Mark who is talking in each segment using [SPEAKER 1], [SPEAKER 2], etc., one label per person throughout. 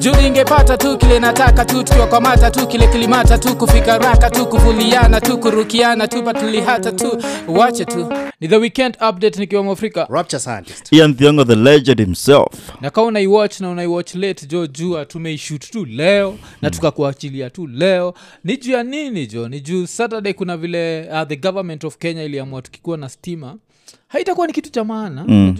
[SPEAKER 1] juu ningepata tu kile nataka tu tukiwakwamata tu kile kilimata tu kufika raka tu kuvuliana tu kurukiana tu patulihata tu wache tu ni the weekend update nikiwa mwafrika
[SPEAKER 2] rapture scientist
[SPEAKER 3] ian thiongo the legend himself
[SPEAKER 1] na kaa unaiwatch na unaiwatch late jo jua tumeishut tu leo na tukakuachilia tu leo ni juu ya nini jo ni juu saturday kuna vile uh, the government of kenya iliamua tukikuwa na stima haitakuwa ni kitu cha maana mm.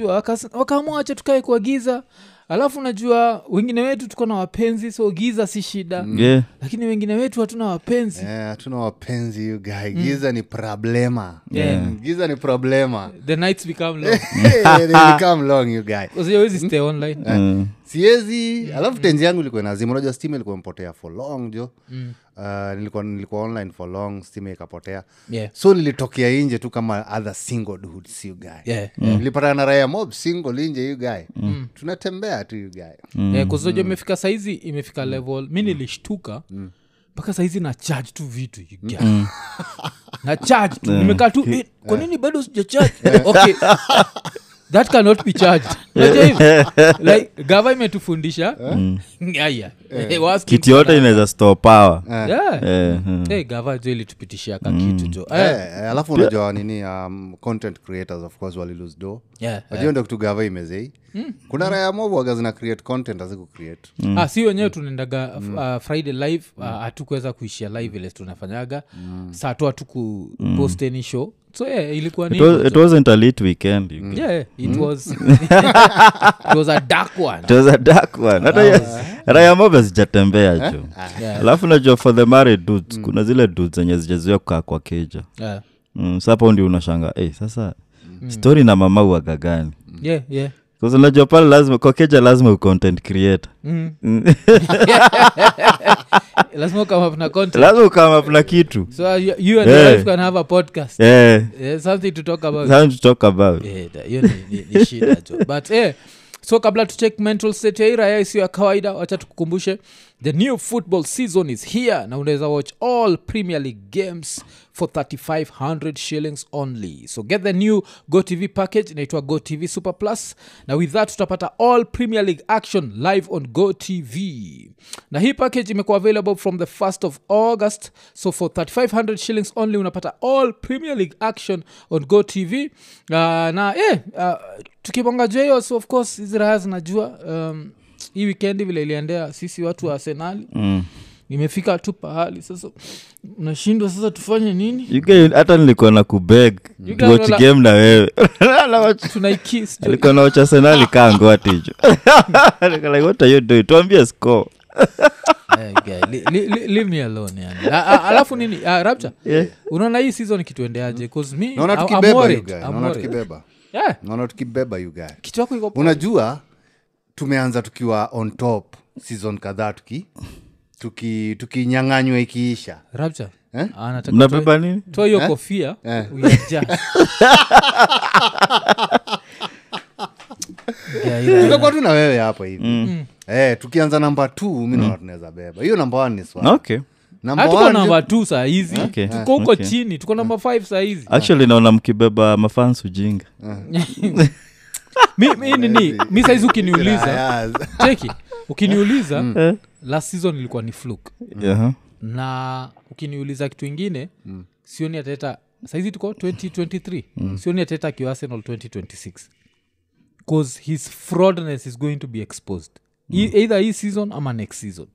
[SPEAKER 1] wakaamua acha tukae kwa giza alafu najua wengine wetu tuko na wapenzi so giza si shida mm.
[SPEAKER 3] yeah.
[SPEAKER 1] lakini wengine wetu hatuna wapenzi yeah.
[SPEAKER 2] Eh, hatuna wapenzi you guy giza ni problema
[SPEAKER 1] Mm. Yeah.
[SPEAKER 2] Mm, giza ni problema
[SPEAKER 1] the nights become long
[SPEAKER 2] Hey, they become long you guy
[SPEAKER 1] Kwa hiyo huwezi stay online
[SPEAKER 3] Mm.
[SPEAKER 2] siezi alafu tenzi yangu ilikuwa nazima unajua stima ilikuwa imepotea for long jo mm. uh, nilikuwa, nilikuwa online for long stima ikapotea
[SPEAKER 1] Yeah.
[SPEAKER 2] so nilitokea inje tu kama other single dudes you guy
[SPEAKER 1] Yeah. Mm.
[SPEAKER 2] nilipatana na raya mob single inje you guy mm. tunatembea tu you guy
[SPEAKER 1] Eh, kuzoja imefika saizi imefika level mi nilishtuka mpaka saizi na charge tu vitu you guy. na charge tu nimekaa tu eh, kwa nini bado sija charge okay that cannot be charged Unajua hivyo? like gava imetufundisha aya Eh, wasking
[SPEAKER 3] kitu yote
[SPEAKER 1] sana.
[SPEAKER 3] inaweza store power
[SPEAKER 1] Yeah.
[SPEAKER 3] Eh, mm.
[SPEAKER 1] Eh, gava jo ilitupitishia ka kitu jo Eh,
[SPEAKER 2] Eh, eh, alafu unajua nini um, content creators of course walilose do
[SPEAKER 1] yeah. eh.
[SPEAKER 2] najua ndo kitu gava imezei kuna raya mob waga zina create content aziku create
[SPEAKER 1] mm. ah, si wenyewe tunaendaga
[SPEAKER 3] Mm.
[SPEAKER 1] f- ah, friday live ah, hatukuweza kuishia live ile tunafanyaga
[SPEAKER 3] Mm.
[SPEAKER 1] saa tu hatuku post any show so yeah, ilikuwa
[SPEAKER 3] It
[SPEAKER 1] ni
[SPEAKER 3] was- it Mm. wasn't a lit weekend you guys.
[SPEAKER 1] yeah, it was it was a dark one
[SPEAKER 3] It was a dark one
[SPEAKER 1] Oh.
[SPEAKER 3] hata ya- raya mobe
[SPEAKER 1] Eh?
[SPEAKER 3] zijatembea jo
[SPEAKER 1] yeah,
[SPEAKER 3] alafu najua for the married
[SPEAKER 1] Mm.
[SPEAKER 3] dudes kuna zile dudes zenye zijazuia kukaa kwa keja
[SPEAKER 1] yeah.
[SPEAKER 3] mm, sapo ndi unashanga eh, sasa
[SPEAKER 1] Mm.
[SPEAKER 3] story na mama uaga gani
[SPEAKER 1] yeah, yeah.
[SPEAKER 3] Because unajua pale lazima kwa keja lazima u content creator
[SPEAKER 1] Mm. lazima come up na content
[SPEAKER 3] lazima ukama
[SPEAKER 1] Mm.
[SPEAKER 3] kuna kitu
[SPEAKER 1] so uh, you, you and
[SPEAKER 3] Yeah.
[SPEAKER 1] your wife can have a podcast
[SPEAKER 3] eh,
[SPEAKER 1] yeah, something to talk about
[SPEAKER 3] something to talk about
[SPEAKER 1] Eh, da- hiyo ni- ni- ni shida jo but eh, so kabla tucheck mental state ya hii raya isiyo ya kawaida wacha tukukumbushe the new football season is here na unaweza watch all premier league games for 3500 shillings only so get the new gotv package inaitwa gotv super plus na with that tutapata all premier league action live on gotv na hii package imekuwa available from the 1st of august so for 3500 shillings only unapata all premier league action on go tv uh, na eh, uh, tukibonga juu ya hiyo so of course hizi raha zinajua um, hii wikendi vile iliendea sisi watu wa arsenali mm. imefika tu pahali sasa nashindwa sasa tufanye nini
[SPEAKER 3] You guys, hata nilikuwa na kubeg
[SPEAKER 1] Mm. guys
[SPEAKER 3] watch
[SPEAKER 1] wala-
[SPEAKER 3] game na wewe Na watch-
[SPEAKER 1] tunaikis jo.
[SPEAKER 3] alikuwa naocha senali kaa ngwatijo like, what are you doing tuambie score
[SPEAKER 1] Eh, guy, li- li- li- leave me alone yani. A- a- alafu nini uh, rapture
[SPEAKER 3] Yeah.
[SPEAKER 1] unaona hii season kituendeaje 'Cause me,
[SPEAKER 2] naona
[SPEAKER 1] I- I'm
[SPEAKER 2] tukibeba you
[SPEAKER 1] worried,
[SPEAKER 2] guy
[SPEAKER 1] I'm
[SPEAKER 2] naona
[SPEAKER 1] worried.
[SPEAKER 2] tukibeba
[SPEAKER 1] Yeah.
[SPEAKER 2] naona tukibeba you guy
[SPEAKER 1] kitu yako iko
[SPEAKER 2] unajua tumeanza tukiwa on top season kadhaa tuki tuki- tukinyang'anywa tuki ikiisha
[SPEAKER 1] rapture
[SPEAKER 2] Eh?
[SPEAKER 1] Ah, nataka
[SPEAKER 3] mnabeba nini
[SPEAKER 1] toa- toa hiyo kofia
[SPEAKER 2] Eh.
[SPEAKER 1] uiaja. Yeah, yeah.
[SPEAKER 2] tutakuwa tu na wewe hapo hivi eh, tukianza namba t mi naona tunaweza beba hiyo namba one ni swali
[SPEAKER 3] okay
[SPEAKER 2] Number
[SPEAKER 1] hatuko
[SPEAKER 2] one ni-
[SPEAKER 1] namba t sahizi
[SPEAKER 3] Okay.
[SPEAKER 2] Eh.
[SPEAKER 1] tuko huko
[SPEAKER 3] Okay. Ah.
[SPEAKER 1] chini tuko namba 5 sahizi
[SPEAKER 3] actually naona mkibeba mafans ujinga
[SPEAKER 1] mi, mi nini mi sahizi ukiniuliza
[SPEAKER 2] Ah, yes.
[SPEAKER 1] cheki ukiniuliza
[SPEAKER 3] Eh?
[SPEAKER 1] last season ilikuwa ni fluke
[SPEAKER 3] Aha.
[SPEAKER 1] na ukiniuliza kitu ingine mm. sioni ateta saizi tuko 2023 mm. sioni ateta kiarsenal 2026 bcause his fraudness is going to be exposed mm. either hii season ama next season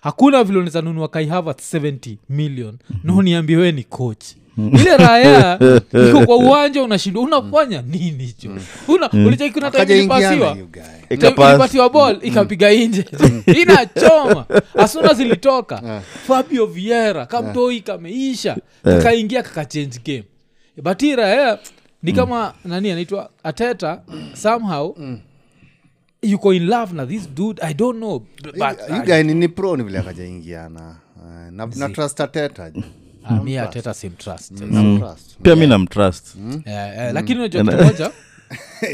[SPEAKER 1] hakuna vile unaweza nunua kai havertz 70 million mm-hmm. Mm. noniambie we ni coach ile raya iko kwa uwanja unashindwa unafanya nini cho una ulichaki kuna time
[SPEAKER 2] Kaja
[SPEAKER 1] ilipasiwa
[SPEAKER 2] ingiana, you guy.
[SPEAKER 3] Ikapass.
[SPEAKER 1] ilipatiwa ball
[SPEAKER 2] Mm,
[SPEAKER 1] ikapiga inje inachoma asuna zilitoka fabio viera kamtoi kameisha kakaingia kakachange game but hii raya
[SPEAKER 2] Mm.
[SPEAKER 1] ni kama nani anaitwa ateta somehow
[SPEAKER 2] Mm.
[SPEAKER 1] yuko in love na this dude i don't know but
[SPEAKER 2] You guy ni- ni pro ni vile akajaingiana Eh, na- na trust ateta je.
[SPEAKER 1] Ah, mi ateta simtrust
[SPEAKER 2] Na trust.
[SPEAKER 3] pia mi namtrust
[SPEAKER 1] Mm. lakini unajua
[SPEAKER 2] Mm.
[SPEAKER 1] kitu moja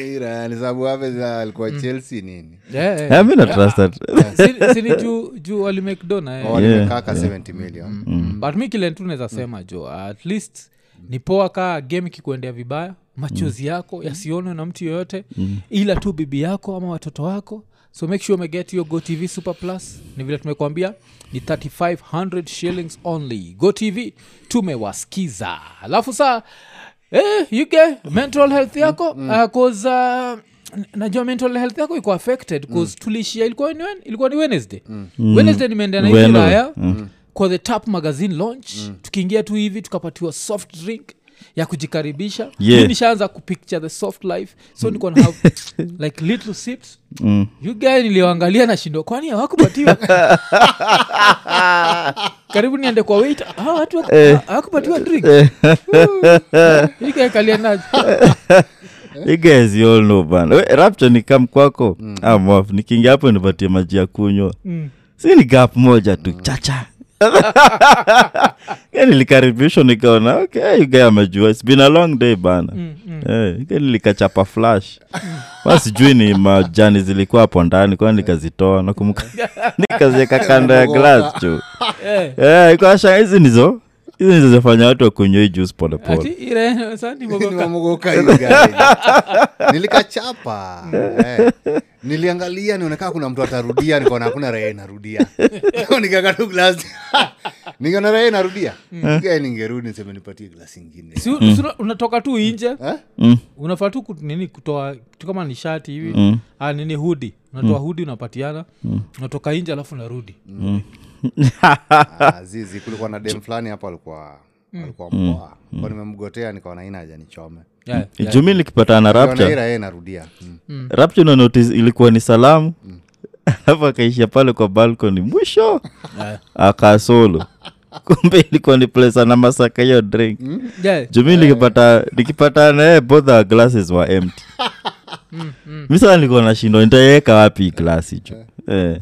[SPEAKER 2] Ila, ni sababu Havertz, ah, alikuwa chelsea nini
[SPEAKER 1] eh, eh,
[SPEAKER 3] Yeah, mi natrust that
[SPEAKER 1] si- si ni juu juu walimekdona
[SPEAKER 2] Oh.
[SPEAKER 1] eh.
[SPEAKER 2] walimekaka 70 million
[SPEAKER 1] but mi kile tu naweza sema jo at least ni poa kaa game kikuendea vibaya machozi yako yasionwe na mtu yoyote ila tu bibi yako ama watoto wako so make sure umeget hiyo go tv super plus ni vile tumekwambia ni 3500 shillings only go tv tumewasikiza alafu saa eh, yuke mental health yako uh, 'cause, uh, n- najua mental health yako iko affected bcause tuliishia ilikuwa ni, wen- ilikuwa ni wednesday wednesday nimeenda na hivi
[SPEAKER 3] Weno.
[SPEAKER 1] raya Mm. kwa the tap magazine launch
[SPEAKER 3] Mm.
[SPEAKER 1] tukiingia tu hivi tukapatiwa soft drink ya kujikaribisha
[SPEAKER 3] Yeah.
[SPEAKER 1] Mi nishaanza kupicture the soft life so niko na have like little sips
[SPEAKER 3] Mm.
[SPEAKER 1] you guy niliwaangalia na shindo kwani hawakupatiwa karibu niende kwa wait ah, watu
[SPEAKER 3] Eh.
[SPEAKER 1] hawaku- hawakupatiwa drink Hii guy kalia naje.
[SPEAKER 3] You guys, you all know bana. We, rapture ni kam kwako I'm off. nikiingia hapo nipatie maji ya kunywa
[SPEAKER 1] Mm.
[SPEAKER 3] si ni gap moja tu chacha Yaani nilikaribishwa nikaona okay you guy amejua its been a long day bana
[SPEAKER 1] Mm, mm.
[SPEAKER 3] Eh, yaani nilikachapa flash ma sijui ni majani zilikuwa hapo ndani kwani nikazitoa nakumbuka nikaziweka kando ya glass juu
[SPEAKER 1] Eh,
[SPEAKER 3] Eh, ikasha hizi nizo hizi nizo zafanya watu wakunywa hii juice
[SPEAKER 1] ati
[SPEAKER 3] polepole
[SPEAKER 1] ile, sasa nimegoka.
[SPEAKER 2] Nimemogoka hiyo gari. nilikachapa eh. niliangalia nionekana kuna mtu atarudia nikaona hakuna rehe narudia nikakaa tu glasi nikaona rehe narudia gae ningerudi niseme nipatie glasi ingine
[SPEAKER 1] Si-
[SPEAKER 3] Mm.
[SPEAKER 1] si una- unatoka tu inje
[SPEAKER 2] Eh?
[SPEAKER 1] unafaa tu kut- nini kutoa kitu kama ni shati hivi
[SPEAKER 3] Mm.
[SPEAKER 1] ah, nini hudi unatoa hudi unapatiana unatoka inje alafu unarudi
[SPEAKER 2] Ah, zizi kulikuwa na dem fulani hapa alikuwa alikuwa mpoa kwa nimemgotea nikaona ina ajanichome
[SPEAKER 1] Yeah, yeah.
[SPEAKER 3] jumi nikipatana na
[SPEAKER 2] nikaona hii
[SPEAKER 3] rapture
[SPEAKER 2] rahe narudia Mm.
[SPEAKER 3] rapture una notice ilikuwa ni salamu alafu akaishia pale kwa balcony mwisho
[SPEAKER 1] Yeah.
[SPEAKER 3] akasolo kumbe ilikuwa ni plesa na masaka hiyo drink
[SPEAKER 1] Yeah.
[SPEAKER 3] jumi nikipata nikipata naye both our glasses were empty
[SPEAKER 1] Mm,
[SPEAKER 3] mi sasa nilikuwa nashindwa nitaiweka wapi hii glasi jo eh.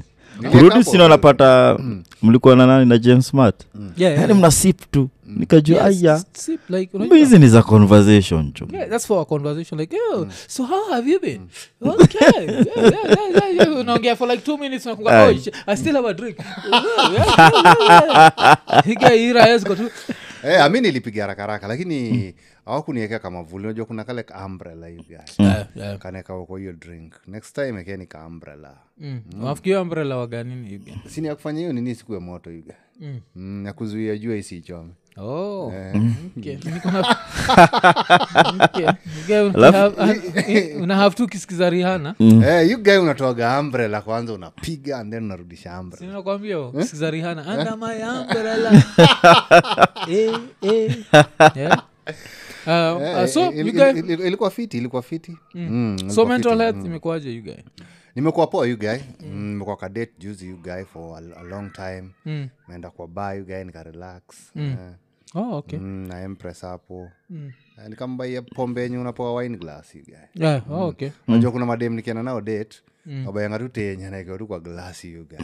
[SPEAKER 3] kurudi
[SPEAKER 2] hapo
[SPEAKER 3] sina napata mlikuwa na nani na james smart
[SPEAKER 1] Yeah,
[SPEAKER 3] yaani
[SPEAKER 1] yeah.
[SPEAKER 3] mnasip tu nikajua
[SPEAKER 1] Eh. Yes,
[SPEAKER 3] aya
[SPEAKER 1] sip, like,
[SPEAKER 3] kumbe
[SPEAKER 1] unajua-
[SPEAKER 3] hizi ni za conversation jo
[SPEAKER 1] Yeah, that's for a conversation. Like, oh, so how have you been? Okay. Yeah, yeah, yeah, yeah, yeah. Unaongea for like two minutes. unakumbuka, Oh,
[SPEAKER 3] Aye.
[SPEAKER 1] sh- I still have a drink. Oh, yeah, yeah, yeah, yeah. Hii guy, hii raha ziko
[SPEAKER 3] Mm.
[SPEAKER 1] tu.
[SPEAKER 2] Eh, ami nilipiga harakaraka
[SPEAKER 1] Hmm.
[SPEAKER 2] lakini hawakuniekea kama vuli unajua kuna kale kaambrela hivi
[SPEAKER 1] Yeah, yeah.
[SPEAKER 2] kaneka uko hiyo drink next time ekeni kaambrela
[SPEAKER 1] Mm. Unafikiria umbrella waga nini, hii guy?
[SPEAKER 2] sini ya kufanya hiyo nini siku ya moto yuga
[SPEAKER 1] Mm.
[SPEAKER 2] mm, ya kuzuia jua isiichome
[SPEAKER 1] Oh,
[SPEAKER 2] Eh.
[SPEAKER 1] okay. Niko na- Okay. Hii guy, una-
[SPEAKER 3] Alafu-
[SPEAKER 1] have- ha- una have tu kisikiza rihana
[SPEAKER 2] Eh, you guy unatoaga ambrela kwanza unapiga and then unarudisha ambrela Hmm?
[SPEAKER 1] sinakwambia kisikiza
[SPEAKER 2] Eh?
[SPEAKER 1] rihana anda my umbrella Eh, eh. Yeah. Uh, uh, so
[SPEAKER 2] Eh, il-
[SPEAKER 1] you guys,
[SPEAKER 2] il- il- ilikuwa fiti ilikuwa fiti Mm,
[SPEAKER 1] so
[SPEAKER 2] ilikuwa
[SPEAKER 1] mental
[SPEAKER 2] fiti.
[SPEAKER 1] health Hmm. imekuwaje you guy
[SPEAKER 2] nimekuwa poa you guy Mm, nimekuwa kadate juzi you guy for a, a long time
[SPEAKER 1] Mm.
[SPEAKER 2] naenda kwa ba you guy nikarelax Eh,
[SPEAKER 1] oh okay
[SPEAKER 2] mm, na empress hapo
[SPEAKER 1] Mm.
[SPEAKER 2] Eh, nikambaia pombe yenye unapoa wine glass you guy
[SPEAKER 1] yeah oh, okay
[SPEAKER 2] najua kuna madem nikienda nao date wabayanga tu tenye naekewa tu kwa glass hiyo guy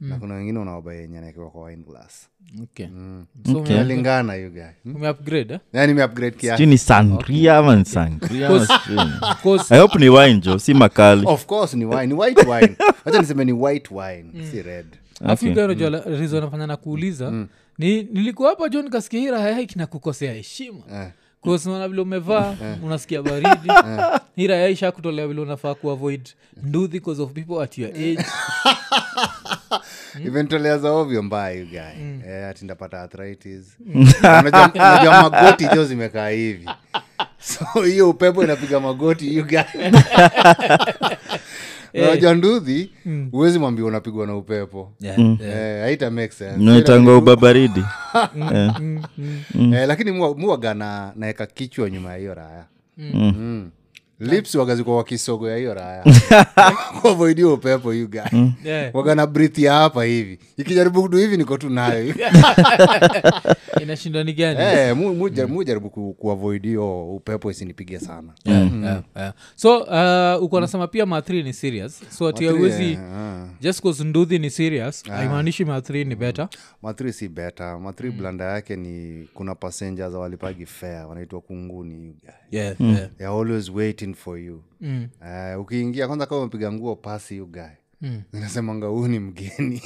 [SPEAKER 2] na kuna wengine unawabayenye naekewa kwa wine glass
[SPEAKER 1] okay
[SPEAKER 2] Hmm.
[SPEAKER 1] so ume-
[SPEAKER 2] nalingana hiyo guy hmm?
[SPEAKER 1] umeupgrade eh?
[SPEAKER 2] yani meupgrade kiasi
[SPEAKER 3] sijui ni sangria ama ni sangria ama sijui ni-
[SPEAKER 1] Because-
[SPEAKER 3] i hope ni wine jo si makali
[SPEAKER 2] of course ni wine ni white wine acha niseme ni white wine si red
[SPEAKER 1] alafu you guy
[SPEAKER 2] Mm.
[SPEAKER 1] unajua la- reason nafanya nakuuliza ni nilikuwa hapa jo nikasikia hii raha yake nakukosea heshima
[SPEAKER 2] Eh.
[SPEAKER 1] kunaona vile umevaa unasikia baridi
[SPEAKER 2] Eh.
[SPEAKER 1] hii raha isha kutolea vile unafaa kuavoid nduthi cause of people at your age
[SPEAKER 2] ivenitolea za ovyo mbaya you guy eh, ati ndapata arthritis unajua unajua magoti jo zimekaa hivi so hiyo upepo inapiga magoti you guy unajua nduthi huwezi mwambia unapigwa na upepo
[SPEAKER 1] yeah.
[SPEAKER 2] Eh, haita make sense.
[SPEAKER 3] naitangwa ubabaridi
[SPEAKER 1] hmm.
[SPEAKER 2] Eh, lakini mu- mu waga na- naeka kichwa nyuma ya hiyo raya
[SPEAKER 1] Hmm.
[SPEAKER 2] Mm. lips waga ziko wakisogo ya hiyo raya kuavoidia upepo you guy
[SPEAKER 1] Yeah.
[SPEAKER 2] waga na breath ya hapa hivi ikijaribu kudu hivi niko tu nayo
[SPEAKER 1] inashindwa ni gani
[SPEAKER 2] Eh, mu- mu ja- mu jaribu ku- kuavoid hiyo upepo isinipige sana
[SPEAKER 1] Yeah, yeah, yeah. so uh, uko nasema pia mathri ni serious so ati awezi
[SPEAKER 2] Eh, ah.
[SPEAKER 1] just cause nduthi ni serious haimaanishi mathri ni better
[SPEAKER 2] mathri si beta mathri
[SPEAKER 1] Mm.
[SPEAKER 2] blanda yake ni kuna passengers walipagi fare wanaitwa kunguni you guy
[SPEAKER 1] yeah, yeah.
[SPEAKER 2] They're always waiting for you
[SPEAKER 1] Mm.
[SPEAKER 2] Eh, ukiingia kwanza kama umepiga nguo pasi you guy inasemanga huu ni mgeni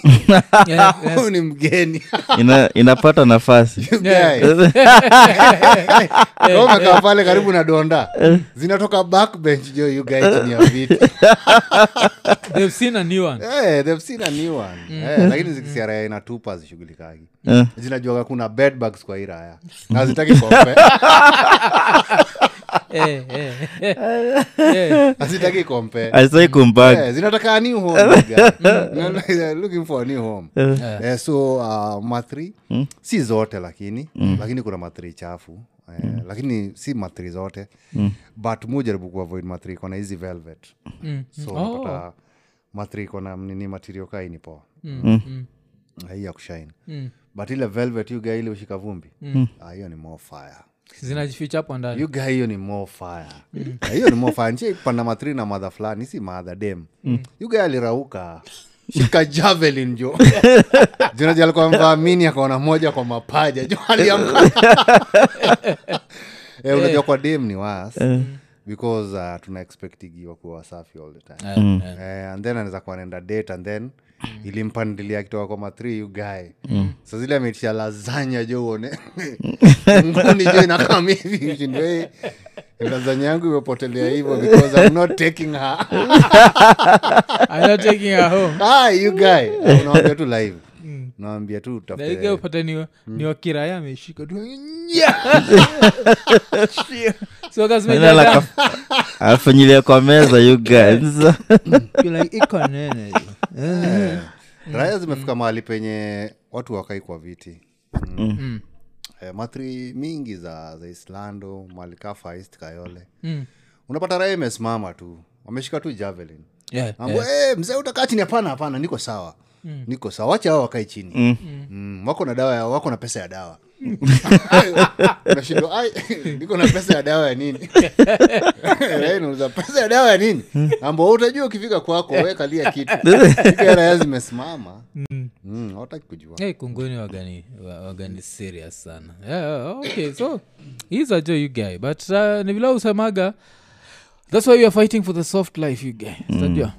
[SPEAKER 1] Yeah, Mm. yeah.
[SPEAKER 2] huu ni mgeni
[SPEAKER 3] Ina, inapata nafasi
[SPEAKER 2] You guys. Kama umekaa pale karibu na donda zinatoka backbench jo you guys ni ya viti
[SPEAKER 1] They've seen a new one.
[SPEAKER 2] Eh, they've seen a new one. Eh, lakini zikisiaraya inatupa zishughulikagi zinajuaga kuna bedbugs kwa hii raya na zitaki kompe
[SPEAKER 1] Eh, eh, eh. Eh,
[SPEAKER 2] hazitaki kompe
[SPEAKER 3] asai kumbag
[SPEAKER 2] Eh, zinataka a new home guy. Mm, Na- na- looking for a new home Eh, so uh, mathri si zote lakini lakini kuna mathri chafu eh, lakini si mathri zote but mujaribu kuavoid mathri kona hizi velvet
[SPEAKER 1] mm.
[SPEAKER 2] so
[SPEAKER 1] Oh.
[SPEAKER 2] unapata mathri kona nini material kaa ni poa
[SPEAKER 1] Mm, mm,
[SPEAKER 2] hii ya kushaini
[SPEAKER 1] mm.
[SPEAKER 2] but ile velvet you guy ile ushika vumbi Ah, hiyo ni more fire
[SPEAKER 1] zinajificha hapo ndani
[SPEAKER 2] you guy hiyo ni more fire Ah, hiyo ni more fire nchi panda mathri na madha fulani si madha dem you guy alirauka shika javelin jo jinaji alikuwa mvaa mini akaona moja kwa mapaja jo aliamka Eh, unajua kwa dem ni was because uh, tuna expectigiwa kuwa wasafi all the time
[SPEAKER 1] Eh, eh.
[SPEAKER 2] eh, and then anaweza kuwa anaenda date and then ilimpandilia kitoka kwa mathri yugae mm. sa zile ameitisha lazanya jo uone nguni jo inakam hivi ushindwe, "Hey, lazanya yangu imepotelea hivyo because I'm not taking her
[SPEAKER 1] I'm not taking her home.
[SPEAKER 2] ah, you guy Ah, unawambia tu live unawambia tu
[SPEAKER 1] Na hii girl
[SPEAKER 2] utafute
[SPEAKER 1] upate ni, ni wakiraya ameshika tu soka
[SPEAKER 3] Analaka- afinyilia kwa meza you guys
[SPEAKER 1] zimejaaikonene
[SPEAKER 2] raya zimefika mahali penye watu wakai kwa viti mm. Eh, mathri mingi za za islando malikafa east kayole unapata raya imesimama tu wameshika tu javelin Ambo, "Eh, mzee utakaa chini hapana hapana niko sawa niko sawa wacha hao wakae chini mm. wako na dawa ya- wako na pesa ya dawa nashindwa "Ai, niko na pesa ya dawa ya nini Eh, nauliza, pesa ya dawa ya nini ambo utajua ukifika kwako we kalia kitu kitukiraya zimesimama Mm, hawataki kujua
[SPEAKER 1] Hey, kunguni wagani wa- wagani serious sana yeah, okay so he's a jo you guy but uh, ni vile usemaga thats why you are fighting for the soft life you guy unajua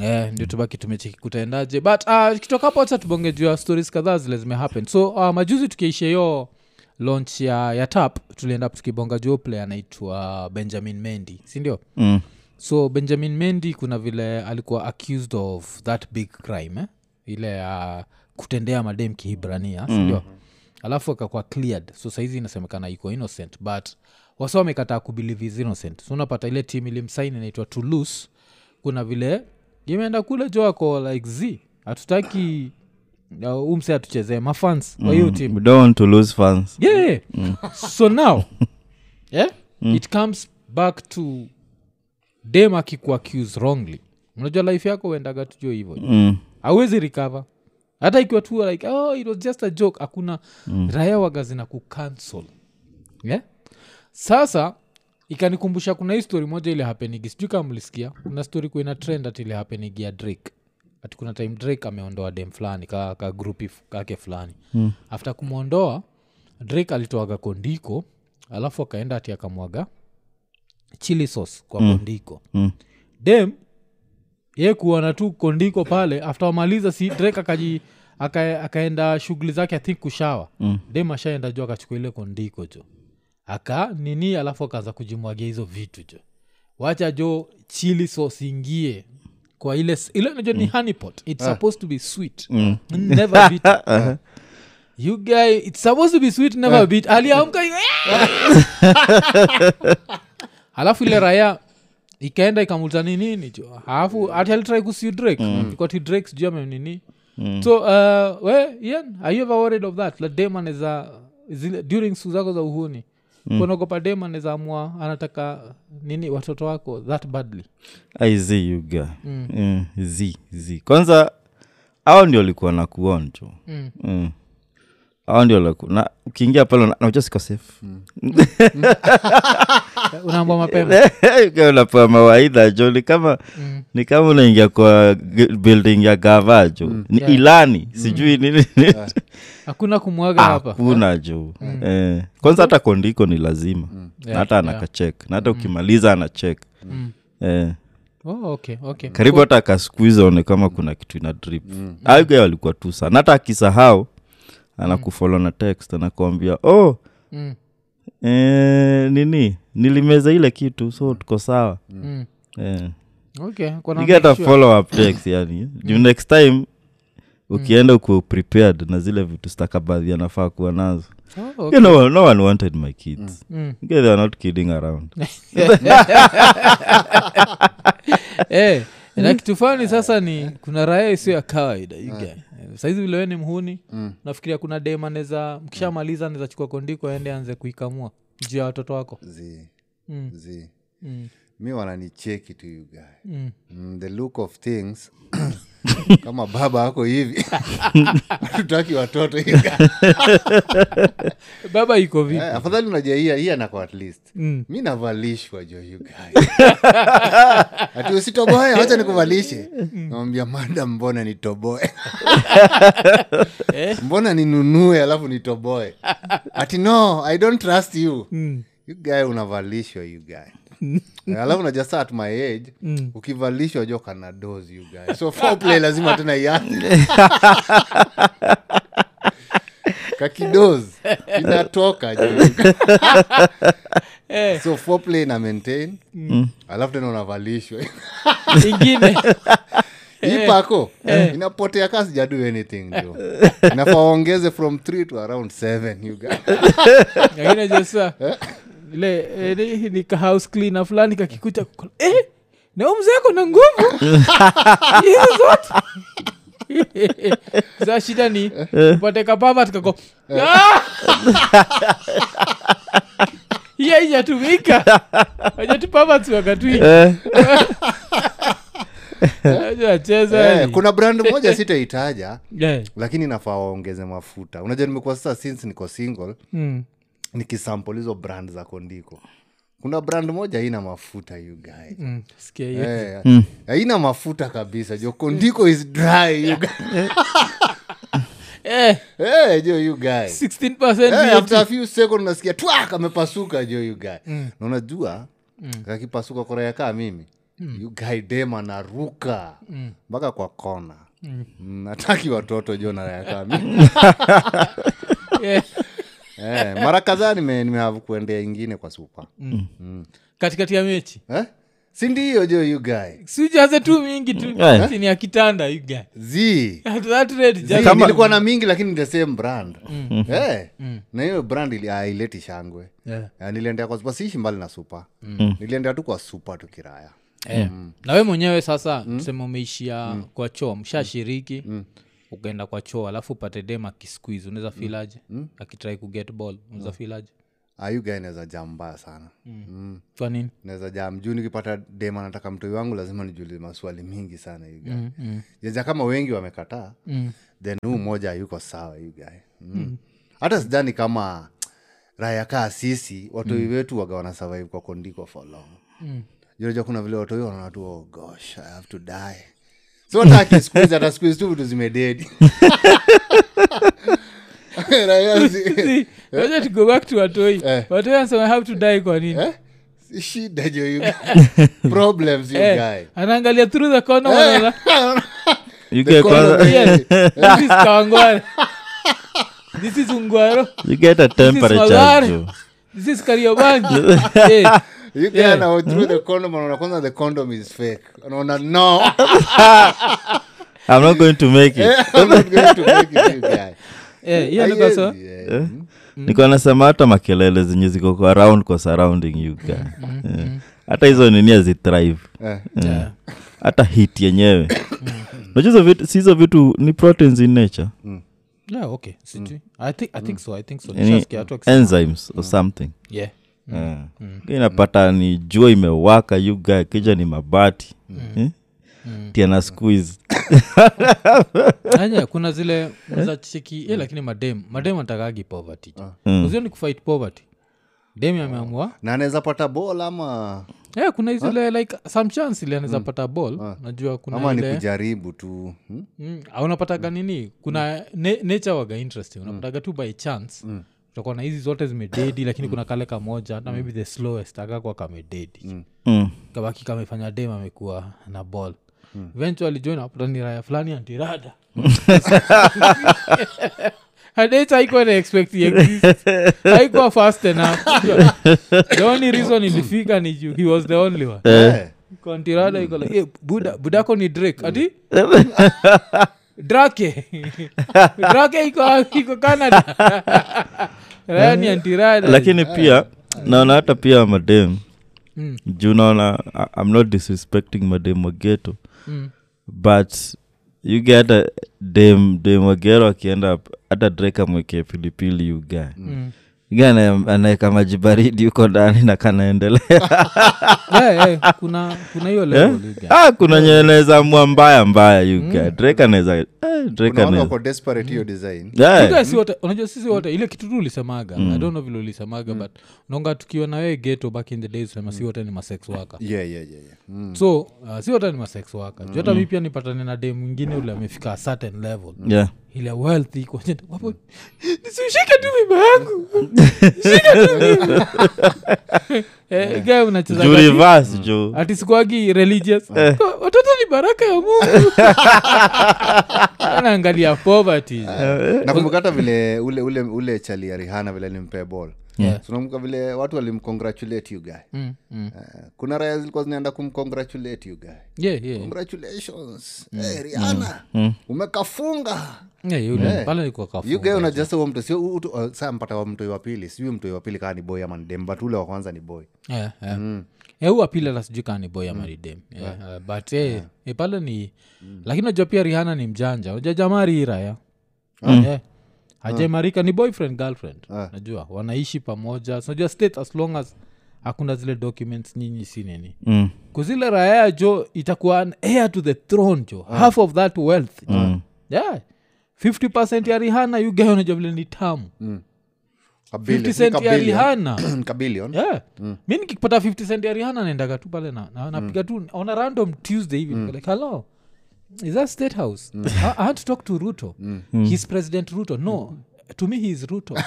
[SPEAKER 1] Yeah, ndio tubaki tumecheki kutaendaje but uh, kitoka hapo hata tubonge juu ya stories kadhaa zile zimehappen so uh, majuzi tukiisha hiyo launch ya, ya tap tulienda hapo tukibonga juu player anaitwa benjamin mendi sindio
[SPEAKER 3] Mm.
[SPEAKER 1] so benjamin mendi kuna vile alikuwa accused of that big crime eh? ile ya kutendea madem kihibrania sindio alafu akakuwa cleared so saizi inasemekana iko innocent but wasa wamekataa kubelieve is innocent so unapata ile team ilimsaini inaitwa toulouse kuna vile imeenda kule jo ako like z hatutaki uh, umse atuchezee mafans kwa hiyo team
[SPEAKER 3] We don't want to lose fans
[SPEAKER 1] yeah, yeah. so now yeah, Mm. it comes back to dem akikuaccuse wrongly unajua life yako uendaga tujo hivo
[SPEAKER 3] mm.
[SPEAKER 1] awezi recover hata ikiwa tu like oh, it was just a joke hakuna mm. raya wagazi na kucancel yeah? sasa ikanikumbusha kuna hii story moja ile hapenigi sijui kama mlisikia kuna story kuina trend ati ile hapenigi ya drake ati kuna time drake ameondoa dem fulani ka, ka grupi f- kake fulani mm. after kumwondoa drake alitoaga kondiko alafu akaenda ati akamwaga chili sauce kwa mm. kondiko
[SPEAKER 3] Mm.
[SPEAKER 1] dem ye kuona tu kondiko pale after wamaliza si drake akaji aka, akaenda shughuli zake i think kushawa mm. dem ashaenda juu akachukua ile kondiko jo aka nini alafu akaanza kujimwagia hizo vitu jo wacha jo chili sauce ingie kwa ile s- ile unajua ni honeypot it's supposed to be sweet never bitter you guy it's supposed to be sweet never beat aliamka yu- alafu ile raya ikaenda ikamuliza ni nini jo alafu hati alitrai kusiu drake mm. ikoti drake sijui ame nini mm. so uh, we ian are you ever worried of that like dem anaweza zile- during siku zako za uhuni mm. kunagopa dem anaweza amua anataka nini watoto wako that badly
[SPEAKER 3] i z you guy mm. z z kwanza au ndio walikuwa na kuonjo
[SPEAKER 1] Mm.
[SPEAKER 3] mm. au ndio walikuwa- na ukiingia pale una- unajua siko safe
[SPEAKER 1] unaambwa mapema
[SPEAKER 3] Ukiwa unapewa mawaidha jo ni kama
[SPEAKER 1] Mm.
[SPEAKER 3] ni kama unaingia kwa g- building ya gava jo ni
[SPEAKER 1] Yeah.
[SPEAKER 3] ilani sijui nini
[SPEAKER 1] hakuna kumwaga hapa
[SPEAKER 3] Ah,
[SPEAKER 1] Mm.
[SPEAKER 3] hakuna jo eh. kwanza hata kondiko ni lazima na
[SPEAKER 1] Yeah,
[SPEAKER 3] hata
[SPEAKER 1] yeah.
[SPEAKER 3] anakachek na hata ukimaliza anachek
[SPEAKER 1] Mm.
[SPEAKER 3] eh.
[SPEAKER 1] oh, okay, okay.
[SPEAKER 3] karibu hata akaskuiza one kama kuna kitu ina drip mm. auga walikuwa tu sana hata akisahau anakufolo na text anakuambia oh
[SPEAKER 1] Mm,
[SPEAKER 3] eh, nini nilimeza ile kitu so tuko sawa
[SPEAKER 1] mm.
[SPEAKER 3] eh.
[SPEAKER 1] okay kuna
[SPEAKER 3] Piga hata
[SPEAKER 1] make sure. Mm.
[SPEAKER 3] follow up text yani juu next time ukienda uko prepared na zile vitu stakabadhi anafaa kuwa nazo
[SPEAKER 1] Oh, okay.
[SPEAKER 3] you know, no one wanted my kids
[SPEAKER 1] Mm.
[SPEAKER 3] Okay, they were not kidding around
[SPEAKER 1] Eh, na kitu fani sasa ni kuna raha isiyo ya kawaida you get. Eh, saizi vile we ni mhuni nafikiria kuna dem anaweza mkishamaliza anaweza chukua kondiko aende anze kuikamua juu ya watoto wako
[SPEAKER 2] z
[SPEAKER 1] Mm.
[SPEAKER 2] z
[SPEAKER 1] mm.
[SPEAKER 2] mi wananicheki to you guy
[SPEAKER 1] Mm.
[SPEAKER 2] mm, the look of things kama baba ako hivi tutaki watoto you guy.
[SPEAKER 1] baba iko vipi
[SPEAKER 2] Eh, afadhali unajua hii hii anako at least
[SPEAKER 1] Mm.
[SPEAKER 2] mi navalishwa jo you guy ati usitoboe wacha nikuvalishe
[SPEAKER 1] Mm.
[SPEAKER 2] namwambia mada mbona nitoboe
[SPEAKER 1] Eh.
[SPEAKER 2] mbona ninunue alafu nitoboe ati no i don't trust you
[SPEAKER 1] Mm.
[SPEAKER 2] you guy unavalishwa you guy Eh, alafu najua saa at my age
[SPEAKER 1] Mm.
[SPEAKER 2] ukivalishwa jo kanados you guy so foreplay lazima tena ianze kakidoz inatoka jo
[SPEAKER 1] Eh,
[SPEAKER 2] so foreplay na maintain alafu tena unavalishwa
[SPEAKER 1] ingine
[SPEAKER 2] hii pako inapotea kaa sijadu anything jo inafaa waongeze from 3 to around 7 you guys.
[SPEAKER 1] ingine jesa uh, ile eh, ni- ni ka house cleaner fulani kakikuta kuko- eh, na mzee ako na nguvu hizo zote sa shida ni
[SPEAKER 2] Eh?
[SPEAKER 1] upate kapava tukako "Ah!" hiyo haijatumika wajatupava tuwakatui
[SPEAKER 3] eh.
[SPEAKER 1] acheza
[SPEAKER 2] Eh, kuna brand moja sitaitaja lakini nafaa waongeze mafuta unajua nimekuwa sasa since niko single nikisample hizo brand za kondiko kuna brand moja haina mafuta you guy
[SPEAKER 1] mm, sikia hiyo
[SPEAKER 2] Eh, haina mafuta kabisa jo kondiko is dry you guy.
[SPEAKER 1] Eh,
[SPEAKER 2] Eh, jo you guy
[SPEAKER 1] 16%
[SPEAKER 2] Eh,
[SPEAKER 1] VAT.
[SPEAKER 2] after a few second unasikia twak amepasuka jo you guy na unajua kakipasuka koraya kaa mimi mm. ugai dem anaruka mpaka kwa kona Mm, nataki watoto jo narayaka mimi
[SPEAKER 1] Eh.
[SPEAKER 2] eh, mara kadhaa nime- nimehavu kuendea ingine kwa supa
[SPEAKER 1] katikati ya mechi
[SPEAKER 2] eh? sindiyo jo you guy
[SPEAKER 1] sijaze tu mingi tu
[SPEAKER 3] Eh.
[SPEAKER 1] chini ya kitanda you guy.
[SPEAKER 2] z
[SPEAKER 1] At that rate,
[SPEAKER 2] Zii,
[SPEAKER 1] just-
[SPEAKER 3] Kama-
[SPEAKER 2] Yaani nilikuwa na mingi lakini the same brand Eh, na hiyo brand ili- ah, ileti shangwe
[SPEAKER 1] Yeah.
[SPEAKER 2] Eh, niliendea kwa supa siishi mbali na supa niliendea tu kwa supa tukiraya
[SPEAKER 1] Eh. na we mwenyewe sasa tuseme umeishia kwa choo mshashiriki ukaenda kwa choo alafu upate dem akisquiz unaweza filaje akitrai kuget ball unaweza filaje
[SPEAKER 2] ayuga inaweza jaa mbaya sana mm.
[SPEAKER 1] kwa nini
[SPEAKER 2] naweza jam juu nikipata dem anataka mtoi wangu lazima nijulie maswali mingi sana you guy. jaja kama wengi wamekataa then huu mmoja yuko sawa you guy. Mm. hata sidhani kama raya kaa sisi watoi wetu waga wana survive kwa kondiko for long Unajua kuna vile watoi wanaona tu oh gosh i have to die so hata akisqueeze hata squeeze tu vitu zimededi raya zi-
[SPEAKER 1] See, wacha to go back to watoi
[SPEAKER 2] Eh.
[SPEAKER 1] watoi anasema have to die kwa nini
[SPEAKER 2] Eh? Si shida jo you guy. problems you
[SPEAKER 1] Eh,
[SPEAKER 2] guy
[SPEAKER 1] anaangalia through the corner wanaona
[SPEAKER 3] You get kwanza-
[SPEAKER 1] yes this is kawangware this is ungwaro
[SPEAKER 3] you get a temperature
[SPEAKER 1] Magare.
[SPEAKER 3] juu.
[SPEAKER 1] this is kariobangi Eh.
[SPEAKER 2] you guy
[SPEAKER 1] Yeah.
[SPEAKER 2] now through the condom anaona kwanza the condom is fake anaona no
[SPEAKER 3] i'm not going to make it
[SPEAKER 2] Eh, I'm not going to make it, you guy.
[SPEAKER 1] Eh, hiyo ndio
[SPEAKER 2] Haiwezi,
[SPEAKER 1] kasema,
[SPEAKER 2] eh.
[SPEAKER 3] niko nasema hata makelele zenye ziko kwa around kwa surrounding you guy.
[SPEAKER 1] Mm,
[SPEAKER 3] Eh. hata hizo nini hazitrive
[SPEAKER 2] Eh,
[SPEAKER 1] Yeah.
[SPEAKER 3] hata hit yenyewe Unajua hizo vitu- si hizo vitu ni proteins in nature
[SPEAKER 1] Yeah, okay, sijui. I think- I think so, I think so.
[SPEAKER 3] Yaani,
[SPEAKER 1] Nishasikia watu wakisema.
[SPEAKER 3] enzymes
[SPEAKER 1] Mm.
[SPEAKER 3] or something
[SPEAKER 1] Yeah.
[SPEAKER 3] Eh. inapata ni jua imewaka you guy kisha ni mabati
[SPEAKER 1] Mm.
[SPEAKER 3] Eh? tiana squeeze
[SPEAKER 1] Anya, kuna zile za chiki eh, lakini madem madem atakagi poverty
[SPEAKER 2] Ah.
[SPEAKER 1] uzioni kufight poverty dem ameamua
[SPEAKER 2] na anaweza pata bol ama
[SPEAKER 1] eh,
[SPEAKER 2] Ah.
[SPEAKER 1] kuna izile like some chance ile anaweza pata ball najua kuna
[SPEAKER 2] ama ni Hmm.
[SPEAKER 1] ile
[SPEAKER 2] kujaribu tu hmm? Hmm.
[SPEAKER 1] Mm, ah, unapataga nini kuna ne, nature waga interesting unapataga tu by chance utakuwa na hizi zote zimededi lakini
[SPEAKER 2] Hmm.
[SPEAKER 1] kuna kale kamoja na maybe the slowest akakwa kamededi
[SPEAKER 2] Hmm.
[SPEAKER 1] mm.
[SPEAKER 3] Mm.
[SPEAKER 1] kabaki kamefanya dem amekuwa na ball mm. eventually join apatani raya fulani antirada adate haikuwa na expect he exists. haikuwa fast enough the only reason ilifika ni juu he was the only one
[SPEAKER 2] Eh.
[SPEAKER 1] Kwa antirada iko like, "Eh, buda budako ni drake ati drake drake iko iko canada raya ni antirada
[SPEAKER 3] Eh. lakini pia naona hata pia madem
[SPEAKER 1] Mm.
[SPEAKER 3] juu naona I- i'm not disrespecting madem wageto
[SPEAKER 1] Mm.
[SPEAKER 3] but you get hata dem dem wagero akienda hata drake amwekee pilipili yuga
[SPEAKER 1] Mm.
[SPEAKER 3] ga anaweka maji baridi huko ndani na kanaendelea
[SPEAKER 1] Yeah, yeah, Eh, kuna kuna hiyo
[SPEAKER 3] Eh?
[SPEAKER 1] level yeah.
[SPEAKER 3] ah, kuna nyenye anaweza mwa mbaya mbaya yuga
[SPEAKER 1] Mm.
[SPEAKER 3] drake anaweza eh, drake
[SPEAKER 2] Kuna wale
[SPEAKER 3] anaweza
[SPEAKER 2] wako desperate hiyo design
[SPEAKER 3] Yeah.
[SPEAKER 1] Unajua si wote- unajua sisi wote ile kitu tu ulisemaga mm. idono vile ulisemaga but naonga tukiwa na wewe geto back in the days unasema si wote ni masex waka
[SPEAKER 2] yeah, yeah, yeah, yeah. Mm.
[SPEAKER 1] so uh, si wote ni masex waka juu hata mi pia nipatane na dem mwingine ule amefika a certain level
[SPEAKER 3] Yeah.
[SPEAKER 1] ile wealth iko nje, wapo, nisiushike tu mimba yangu shika tu mimba Eh, guy unacheza
[SPEAKER 3] Juu
[SPEAKER 1] gati-
[SPEAKER 3] reverse, juu.
[SPEAKER 1] ati sikuagi religious Kwa- watoto ni baraka ya mungu anaangalia poverty
[SPEAKER 2] Eh. nakumbuka hata vile ule ule ule chali ya rihana vile alimpea ball
[SPEAKER 3] Yeah.
[SPEAKER 2] So nakumbuka vile watu walimcongratulate you guy
[SPEAKER 1] Mm, mm.
[SPEAKER 2] Eh, kuna raya zilikuwa zinaenda kumcongratulate you guy
[SPEAKER 1] Yeah, yeah.
[SPEAKER 2] congratulations Eh, rihana umekafunga
[SPEAKER 1] Yeah, yule, pale nilikuwa kafu.
[SPEAKER 2] you guy unajasa huo mtu sio utu- uh, saa mpata wa mtoi wa pili sijui mtoi wa pili kaa ni boy ama ni dem but ule wa kwanza ni boy
[SPEAKER 1] Yeah, yeah. Eh, huyu wa pili hata sijui kama ni boy ama ni dem. Yeah, Mm. uh, but, eh, eh, pale ni lakini najua pia rihana ni mjanja unajua jamaa riira ya yeah. Ah. hajaimarika ni boyfriend girlfriend najua wanaishi pamoja So, najua state as long as hakuna zile documents nyinyi si nini
[SPEAKER 3] Mm.
[SPEAKER 1] kuzile raya jo itakuwa an heir to the throne jo half of that wealth jo. yeah 50 ya rihana yugaonaja vile ni tamu
[SPEAKER 2] Kabili-
[SPEAKER 1] 50 cent ya
[SPEAKER 2] kabillion.
[SPEAKER 1] rihana
[SPEAKER 2] Kabillion.
[SPEAKER 1] yeah. mi nikipata 50 cent ya rihana naendaga tu pale na, na, napiga tu on a random tuesday hivi mm. like hello is that state house I, i want to talk to ruto he's president ruto no to me he is ruto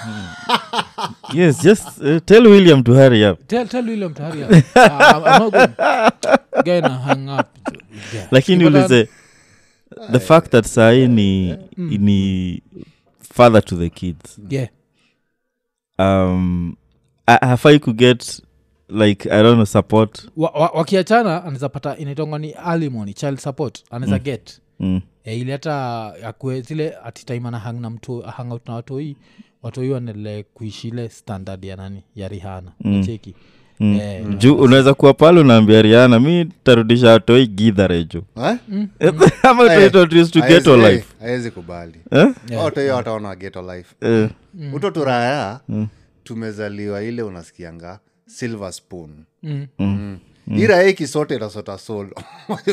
[SPEAKER 3] yes just uh, tell william to hurry up
[SPEAKER 1] tell, tell william to hurry up. Ah, I'm- I'm not going- guy na hang up yeah.
[SPEAKER 3] lakini
[SPEAKER 1] But, uh,
[SPEAKER 3] ulize the fact that sahii ni ni father to the kids
[SPEAKER 1] yeah.
[SPEAKER 3] um ha- hafai kuget like i don't know support
[SPEAKER 1] Wa- wa- wakiachana anaweza pata inaitangwa ni alimony child support anaweza get
[SPEAKER 3] mm.
[SPEAKER 1] e, ili hata akue zile atitaim anahang na mtu hangout na watoi watoi wanaendelee kuishi ile standard ya nani ya rihana mm. cheki mm. e, mm.
[SPEAKER 3] juu unaweza kuwa pale unaambia riana mi tarudisha atoi gidharejo
[SPEAKER 2] Eh?
[SPEAKER 1] Mm.
[SPEAKER 3] ama
[SPEAKER 2] Eh,
[SPEAKER 3] get
[SPEAKER 2] haezi-
[SPEAKER 3] life
[SPEAKER 2] eh, haezi kubali
[SPEAKER 3] Eh?
[SPEAKER 1] Yeah. Mm.
[SPEAKER 2] watoto hiyo wataona geto life
[SPEAKER 3] Eh, Mm.
[SPEAKER 2] uto turaya tumezaliwa ile unasikianga silver spoon
[SPEAKER 1] Mm.
[SPEAKER 2] Mm. Hii raha ikisote itasota solo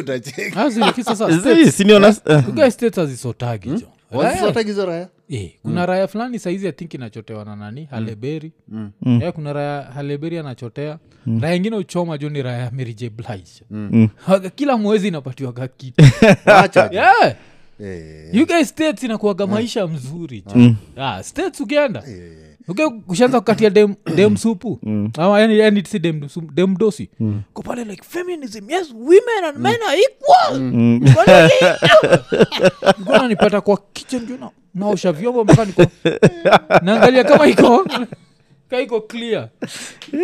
[SPEAKER 2] utacheki
[SPEAKER 1] Hasa hivi ah, sasa
[SPEAKER 3] zi,
[SPEAKER 1] states-
[SPEAKER 3] si ni ona- eh,
[SPEAKER 1] kuga states hazisotagi jo Raya-
[SPEAKER 2] Wazisota hizo raha
[SPEAKER 1] eh, kuna raya fulani saizi i think inachotewa na nani haleberi Eh, kuna raya haleberi anachotea raya ingine uchoma jo ni raya merije blige Waga- kila mwezi inapatiwaga kitu
[SPEAKER 2] Wacha.
[SPEAKER 1] yeah.
[SPEAKER 2] Eh,
[SPEAKER 1] you guys states inakuaga maisha mzuri jo. Ah, states ukienda uke ushaanza kukatia dem, dem supu ama yani, yani si dem, supu- dem dosi Uko pale like feminism yes women and men are equal Uko like, yeah. Uko nanipata kwa kitchen juu na- naosha vyombo mpaka niko naangalia kama iko ka iko clear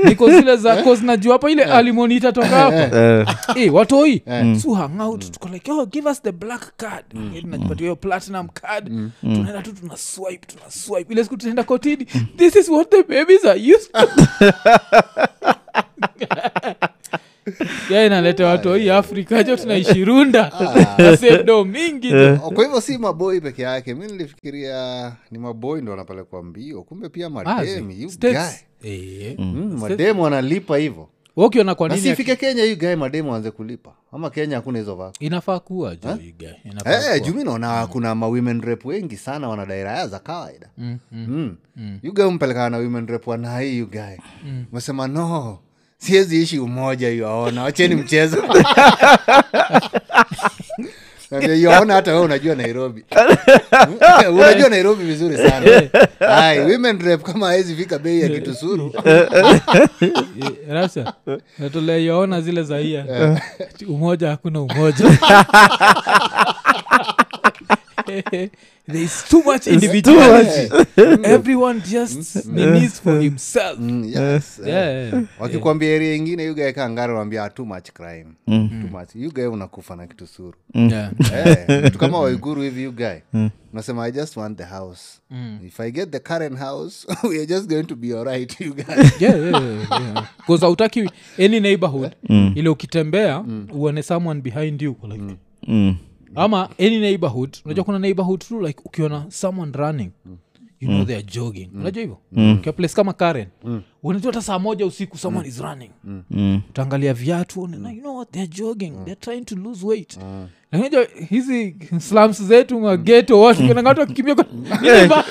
[SPEAKER 1] niko zile za kos najua hapa ile alimoni itatoka hapa
[SPEAKER 3] eh,
[SPEAKER 1] hey, watoi so hang out tuko like oh, give us the black card Eh, tunajipatia hiyo platinum card tunaenda tu tuna swipe tuna swipe ile siku tunaenda kotini this is what the babies are used to ya Yaani inaleta watoi afrika jo tunaishi runda asebdo mingi jo.
[SPEAKER 2] Oh, kwa hivyo si maboi peke yake mi nilifikiria ni maboi ndo wanapelekwa mbio kumbe pia
[SPEAKER 1] Ah,
[SPEAKER 2] mademi you guy.
[SPEAKER 1] states. Eh,
[SPEAKER 2] Mm, mademu wanalipa hivo
[SPEAKER 1] wewe ukiona kwa nini
[SPEAKER 2] nasifike kenya hii gae mademu anze kulipa ama kenya hakuna hizo vako
[SPEAKER 1] inafaa kuwa jo hii guy, inafaa
[SPEAKER 2] Eh,
[SPEAKER 1] kuwa.
[SPEAKER 2] juu mi naona kuna ma women rep wengi sana wana dairaya za kawaida mm, mm, yugae umpelekana na women rep wanahii yugae mesema no siwezi ishi umoja yuaona wacheni mchezo yaona hata we unajua nairobi Mm. unajua nairobi vizuri sana Ai, women rep kama hawezi fika bei ya kitusuru
[SPEAKER 1] Eh, rasa natolea yaona zile za iya
[SPEAKER 2] Eh.
[SPEAKER 1] umoja hakuna umoja there is too much individuality everyone just needs for himself
[SPEAKER 2] Mm, yes. Eh,
[SPEAKER 1] yeah, yeah.
[SPEAKER 2] wakikwambia area ingine yugaekangara wambia too much crime too much you guy unakufa na kitusuru
[SPEAKER 1] Yeah.
[SPEAKER 2] Eh, mtu kama waiguru hivi you guy
[SPEAKER 3] Hmm.
[SPEAKER 2] unasema i just want the house
[SPEAKER 1] Hmm.
[SPEAKER 2] if i get the current house we are just going to be alright you guy
[SPEAKER 1] Yeah, yeah, yeah, yeah. 'Cause hautaki any neighborhood ile ukitembea
[SPEAKER 2] Mm.
[SPEAKER 1] uone someone behind you like,
[SPEAKER 3] Mm.
[SPEAKER 1] ama any neighborhood unajua kuna neighborhood tu like ukiona someone running you
[SPEAKER 3] Mm.
[SPEAKER 1] know they are jogging unajua hivyo Kwa place kama karen unajua hata saa moja usiku someone is running
[SPEAKER 3] Mm.
[SPEAKER 1] utaangalia viatu unaona, you know what they are jogging they are trying to lose weight
[SPEAKER 3] Ah.
[SPEAKER 1] Na unajua hizi slums zetu
[SPEAKER 3] Mm.
[SPEAKER 1] mageto watu kuna watu wakikimbia kwa- nini mbaya?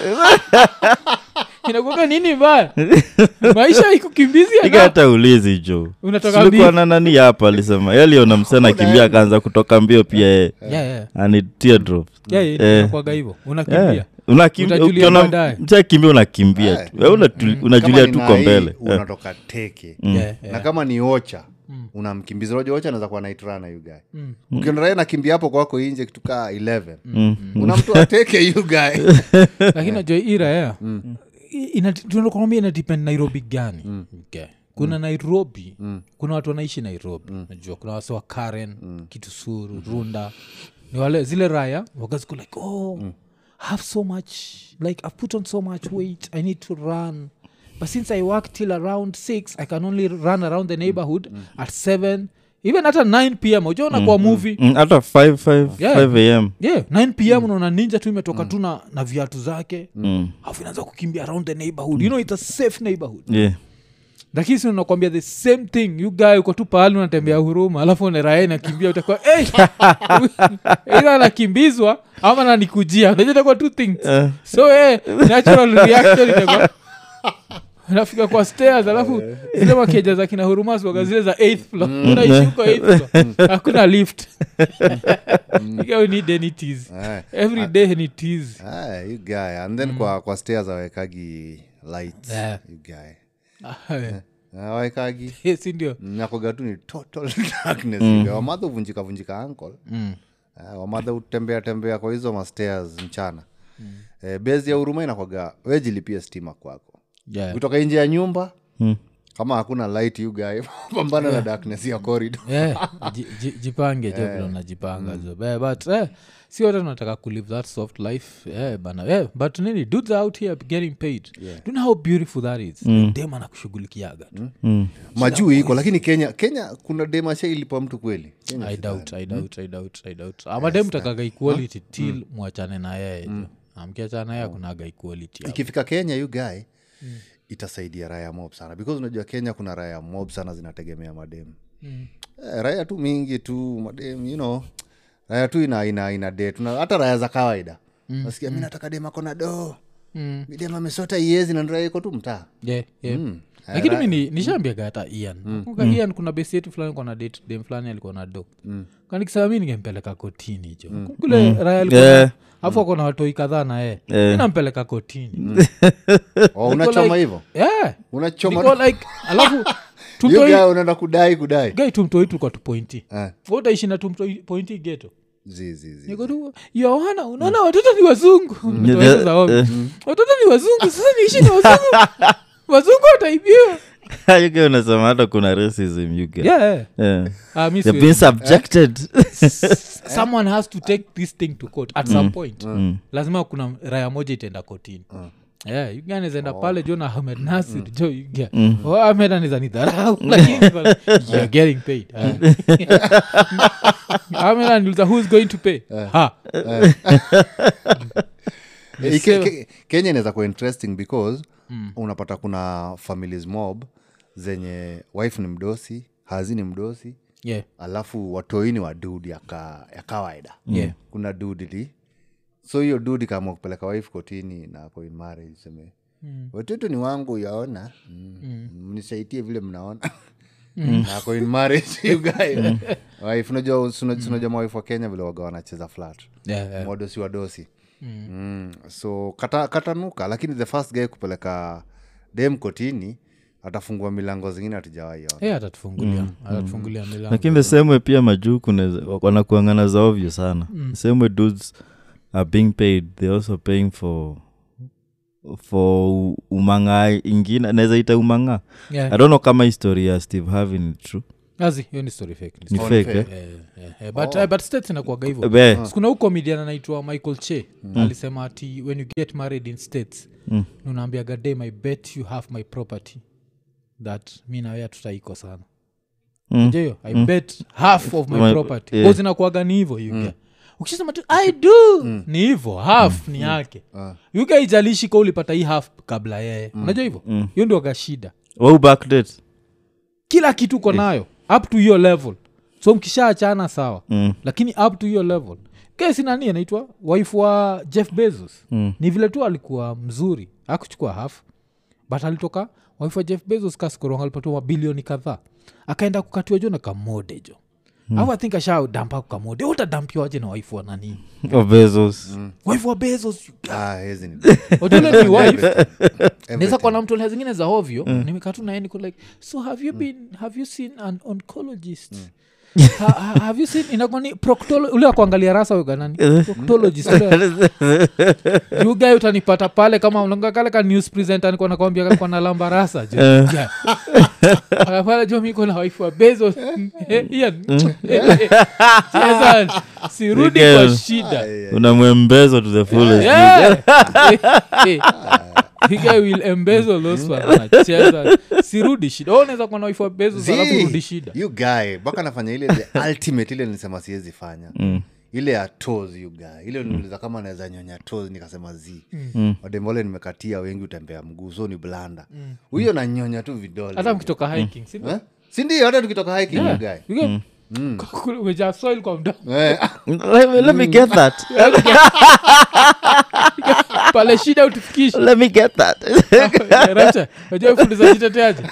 [SPEAKER 1] inakuwa nini mbaya maisha ikukimbizia
[SPEAKER 3] Piga
[SPEAKER 1] na-
[SPEAKER 3] hata ulizi jo
[SPEAKER 1] Unatoka
[SPEAKER 3] silikuwa
[SPEAKER 1] wapi?
[SPEAKER 3] na nani hapa alisema yaliona msana akimbia akaanza kutoka mbio pia yeye
[SPEAKER 1] Yeah, yeah.
[SPEAKER 3] ani teardrops
[SPEAKER 1] Yeah, yeah,
[SPEAKER 3] Eh.
[SPEAKER 1] inakuwaga hivyo unakimbia
[SPEAKER 3] Yeah. Unakimbia-
[SPEAKER 1] Utajulia
[SPEAKER 3] ukiona
[SPEAKER 1] baadaye.
[SPEAKER 3] mshakimbia unakimbia tu we unajulia
[SPEAKER 2] Eh. Mm. Kama
[SPEAKER 3] tu
[SPEAKER 2] ni
[SPEAKER 3] kwa
[SPEAKER 2] Nai,
[SPEAKER 3] mbele Eh.
[SPEAKER 2] unatoka teke
[SPEAKER 1] Yeah, yeah. Hmm.
[SPEAKER 2] na kama ni ocha unamkimbiza unajua ocha anaweza kuwa naitrana yugae ukiona raia nakimbia hapo kwako inje kitu kaa 11
[SPEAKER 3] Hmm.
[SPEAKER 1] Hmm.
[SPEAKER 2] unamtoa teke yugae
[SPEAKER 3] Eh.
[SPEAKER 1] lakini najua hii Mm. raya
[SPEAKER 3] Mm.
[SPEAKER 1] tunakwambia inadepend nairobi gani
[SPEAKER 3] Mm.
[SPEAKER 1] okay. kuna nairobi kuna watu wanaishi nairobi
[SPEAKER 3] Mm.
[SPEAKER 1] najua kuna wase wa karen kitusuru
[SPEAKER 3] Mm-hmm.
[SPEAKER 1] runda ni wale zile raya wagaziko like oh
[SPEAKER 3] Mm.
[SPEAKER 1] have so much like i've put on so much weight i need to run but since i work till around 6 i can only run around
[SPEAKER 3] Mm.
[SPEAKER 1] the neighborhood at 7 even hata 9 pm ujaona kwa movie
[SPEAKER 3] Mm, hata 5 5
[SPEAKER 1] Yeah.
[SPEAKER 3] 5 am
[SPEAKER 1] yeah 9 pm unaona ninja tu imetoka
[SPEAKER 3] Mm.
[SPEAKER 1] tu na, na viatu zake alafu inaanza kukimbia around the neighborhood you know it's a safe neighborhood
[SPEAKER 3] Yeah.
[SPEAKER 1] lakini si unakwambia the same thing you guy uko tu pahali unatembea huruma alafu neraha inakimbia utakuwa hey! ila anakimbizwa ama nanikujia unajua itakuwa two things so eh, natural reaction itakuwa nafika kwa stairs alafu zile makeja za kina hurumasiwaga zile za eighth floor unaishi huko eighth floor hakuna lift Ika we need any tease
[SPEAKER 2] Eh.
[SPEAKER 1] every day ni tease
[SPEAKER 2] Ah, you guy. And then kwa, kwa stairs awekagi lights
[SPEAKER 1] Hmm. Yeah.
[SPEAKER 2] you guy.
[SPEAKER 1] Eh,
[SPEAKER 2] awekagi
[SPEAKER 1] eh, si ndio
[SPEAKER 2] nakoga tu ni total darkness you guy. wamadha uvunjika vunjika ankle Ah, wamadha utembea tembea kwa hizo mastairs mchana Eh, bezi ya huruma inakwaga wejilipia stima kwako
[SPEAKER 1] Eh.
[SPEAKER 2] kutoka nje ya nyumba kama hakuna light you guy pambana na darkness ya corridor
[SPEAKER 1] Yeah, Eh, ji- ji- jipange jo vile unajipanga jo Eh, but eh, si wote tunataka kulive that soft life eh, bana eh, but nini dudes are out here getting paid do you know how beautiful that is dem anakushughulikiaga tu
[SPEAKER 2] majuu iko lakini kenya kenya kuna demasha ilipa mtu kweli Kenya
[SPEAKER 1] i
[SPEAKER 2] si-
[SPEAKER 1] doubt i doubt i doubt i doubt ama dem takaga equality till mwachane na yeye jo amkiachana naye akunaga equality hapo.
[SPEAKER 2] ikifika kenya you guy
[SPEAKER 1] Mm.
[SPEAKER 2] itasaidia raya mob sana because unajua kenya kuna raya mob sana zinategemea mademu
[SPEAKER 1] Mm.
[SPEAKER 2] eh, raya tu mingi tu mademu you know raya tu ina ina ina date na hata raya za kawaida
[SPEAKER 1] Mm.
[SPEAKER 2] nasikia mi nataka dem akona doo mm. dem amesota iezi na raya iko tu mtaa
[SPEAKER 1] Yeah, yeah. lakini mi ni- nishaambiaga hata ian Nakumbuka ian kuna besi yetu fulani kona date dem fulani alikuwa na do kanikisema mi ningempeleka kotini jo kule raya alikuwa na-
[SPEAKER 3] Yeah.
[SPEAKER 1] alafu ako na watoi kadhaa na yeye mi nampeleka kotini
[SPEAKER 2] oh, unachoma
[SPEAKER 1] like-
[SPEAKER 2] hivyo
[SPEAKER 1] Yeah.
[SPEAKER 2] unachoma
[SPEAKER 1] Niko like alafu
[SPEAKER 2] you
[SPEAKER 1] tumtoi
[SPEAKER 2] guy unaenda kudai kudai
[SPEAKER 1] gai tumtoi tulikuwa tupointi
[SPEAKER 2] Eh.
[SPEAKER 1] utaishi na tumtoi pointi geto
[SPEAKER 2] zi zi zi
[SPEAKER 1] niko tu yaona unaona watoto ni wazungu Mtoto za ombi. watoto ni wazungu sasa niishi na wazungu wazungu wataibiwa
[SPEAKER 3] You guy unasema hata kuna racism you guy.
[SPEAKER 1] Yeah, yeah.
[SPEAKER 3] Yeah.
[SPEAKER 1] Ah, mi
[SPEAKER 3] They've
[SPEAKER 1] siwezi.
[SPEAKER 3] been subjected
[SPEAKER 1] someone has to take this thing to court at some point lazima kuna raya moja itaenda kotini Eh, Yeah, Uganda anaezaenda pale jo na ahmed nasir jo Uganda. Oh, ahmed anaeza nidharau, lakini niko like, you're getting paid Ah. ahmed ananiuliza who's going to pay Ah. Ha.
[SPEAKER 2] Eh, Ke- Ke- kenya inaweza kuwa interesting because unapata kuna families mob zenye wife ni mdosi hazi ni mdosi
[SPEAKER 1] Yeah.
[SPEAKER 2] alafu watoini wa dudi ya, ka, ya kawaida
[SPEAKER 1] Yeah.
[SPEAKER 2] kuna dudi li so hiyo dudi kama kupeleka wife kotini na ako in marriage seme watoto ni wangu yaona mm. mnisaidie vile Hmm. mnaona Na ako in marriage you guy wife unajua unajua- unajua mawife wa kenya vile waga wanacheza flat
[SPEAKER 1] Yeah, yeah.
[SPEAKER 2] mwadosi wadosi mm. so kata, katanuka lakini the first guy kupeleka dem kotini atafungua milango zingine hatujawahi ona.
[SPEAKER 1] Eh, atatufungulia atatufungulia milango
[SPEAKER 3] lakini the same way pia majuu wanakuangana za ovyo sana the same way dudes are being paid they also paying for for u- umang'aa ingine naweza ita umang'aa
[SPEAKER 1] Yeah.
[SPEAKER 3] i don't know kama history ya steve harvey ni true
[SPEAKER 1] Azi, hiyo ni story fake ni
[SPEAKER 3] ni
[SPEAKER 1] story.
[SPEAKER 3] fake eh?
[SPEAKER 1] Eh, eh, eh, but, eh, but states inakuwaga hivyo
[SPEAKER 3] Be-
[SPEAKER 1] sikuna huko midian anaitwa michael che
[SPEAKER 3] Mm.
[SPEAKER 1] alisema ati when you get married in states mm. unaambiaga dem i bet you have my property that mi nawea tutaiko sana
[SPEAKER 3] Mm.
[SPEAKER 1] jeyo i bet half of my,
[SPEAKER 3] My-
[SPEAKER 1] property
[SPEAKER 3] yeah. Mm.
[SPEAKER 1] yeah. zinakuaga ni hivo yuga ukishasema tu i do ni hivo
[SPEAKER 3] Mm.
[SPEAKER 1] half ni yake
[SPEAKER 3] Ah.
[SPEAKER 1] yuga ijalishi ka ulipata hii half kabla yeye
[SPEAKER 3] Mm.
[SPEAKER 1] unajua hivo hiyo ndio gashida
[SPEAKER 3] wau backdate
[SPEAKER 1] kila kitu uko nayo up to hiyo level so mkishaachana sawa
[SPEAKER 3] Mm.
[SPEAKER 1] lakini up to hiyo level kesi nani anaitwa wife wa jeff bezos mm. ni vile tu alikuwa mzuri akuchukua half but alitoka wife wa jeff bezos kaskorong alipatiwa mabilioni kadhaa akaenda kukatiwa jo na kamode jo mm. au athink ashadampa kamode utadampiwaje na wife wa nani
[SPEAKER 3] of bezos
[SPEAKER 1] wife wa bezos
[SPEAKER 2] Ah, hizi ni-
[SPEAKER 1] Otelo ni wife naweza
[SPEAKER 2] Everything.
[SPEAKER 1] kuwa na mtu nalia zingine za ovyo nimekaa tu naye niko like so have you been have you seen an oncologist ha, ha, have you seen inakoni proctolo ule wa kuangalia rasa uganani proctologist ule. you guy utanipata pale kama unanga kale ka news presenter niko nakwambia kalikuwa na lamba rasa jo Yeah. Ah, pale jo miko na wife wa bezos Eh, Ian. Eh, eh. Jesus. sirudi kwa
[SPEAKER 3] Nigel.
[SPEAKER 1] shida
[SPEAKER 3] unamwembezo to the fullest
[SPEAKER 1] sirudi shida Wewe unaweza kuwa na wife wa bezos alafu
[SPEAKER 2] Zii,
[SPEAKER 1] urudi shida
[SPEAKER 2] you guy mpaka nafanya ile the ultimate ile nisema siwezi fanya ile ya toes you guy ile niuliza kama naweza nyonya toes nikasema zi
[SPEAKER 1] Mm.
[SPEAKER 2] wadembe wale nimekatia wengi utembea mguu so ni blanda huyo nanyonya tu vidole
[SPEAKER 1] Mm. hata mkitoka hiking si ndio?
[SPEAKER 2] Eh? si ndio hata tukitoka hiking you guy
[SPEAKER 1] You get- Kule umejaa soil kwa mdomo
[SPEAKER 2] Eh,
[SPEAKER 3] let, me, let me get that
[SPEAKER 1] pale shida utufikishe
[SPEAKER 3] let me get that
[SPEAKER 1] Rapture, unajua fundisha jiteteaje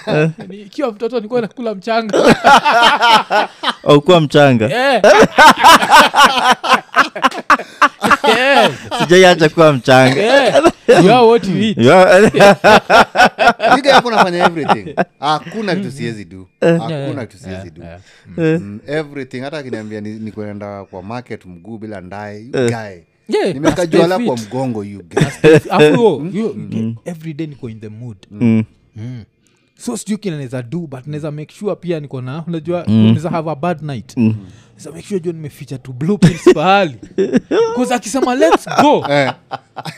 [SPEAKER 1] Ni- ikiwa mtoto nikuwa nakula mchanga
[SPEAKER 3] au Oh, kuwa mchanga
[SPEAKER 1] Eh. Eh,
[SPEAKER 3] sijaiacha kuwa mchanga
[SPEAKER 1] eh. You are what you eat.
[SPEAKER 3] Yeah.
[SPEAKER 2] you guy hapo nafanya everything hakuna
[SPEAKER 3] Mm-hmm.
[SPEAKER 2] kitu siwezi do
[SPEAKER 3] Eh.
[SPEAKER 2] hakuna kitu siwezi do Mm, everything hata akiniambia ni- ni kuenda kwa market mguu bila ndae you
[SPEAKER 3] Eh.
[SPEAKER 2] guy
[SPEAKER 1] Yeah,
[SPEAKER 2] nimeweka
[SPEAKER 1] stay
[SPEAKER 2] juala
[SPEAKER 1] fit.
[SPEAKER 2] kwa mgongo you guy
[SPEAKER 1] Afu yo, yo, oh, every day niko in the mood Mm. so sijui kile naweza do
[SPEAKER 2] Mm.
[SPEAKER 1] but naweza make sure pia niko na unajua naweza have a bad night
[SPEAKER 2] Mm.
[SPEAKER 1] Naweza make sure jo nimeficha tu blue pills pahali bcause akisema lets go
[SPEAKER 2] Eh.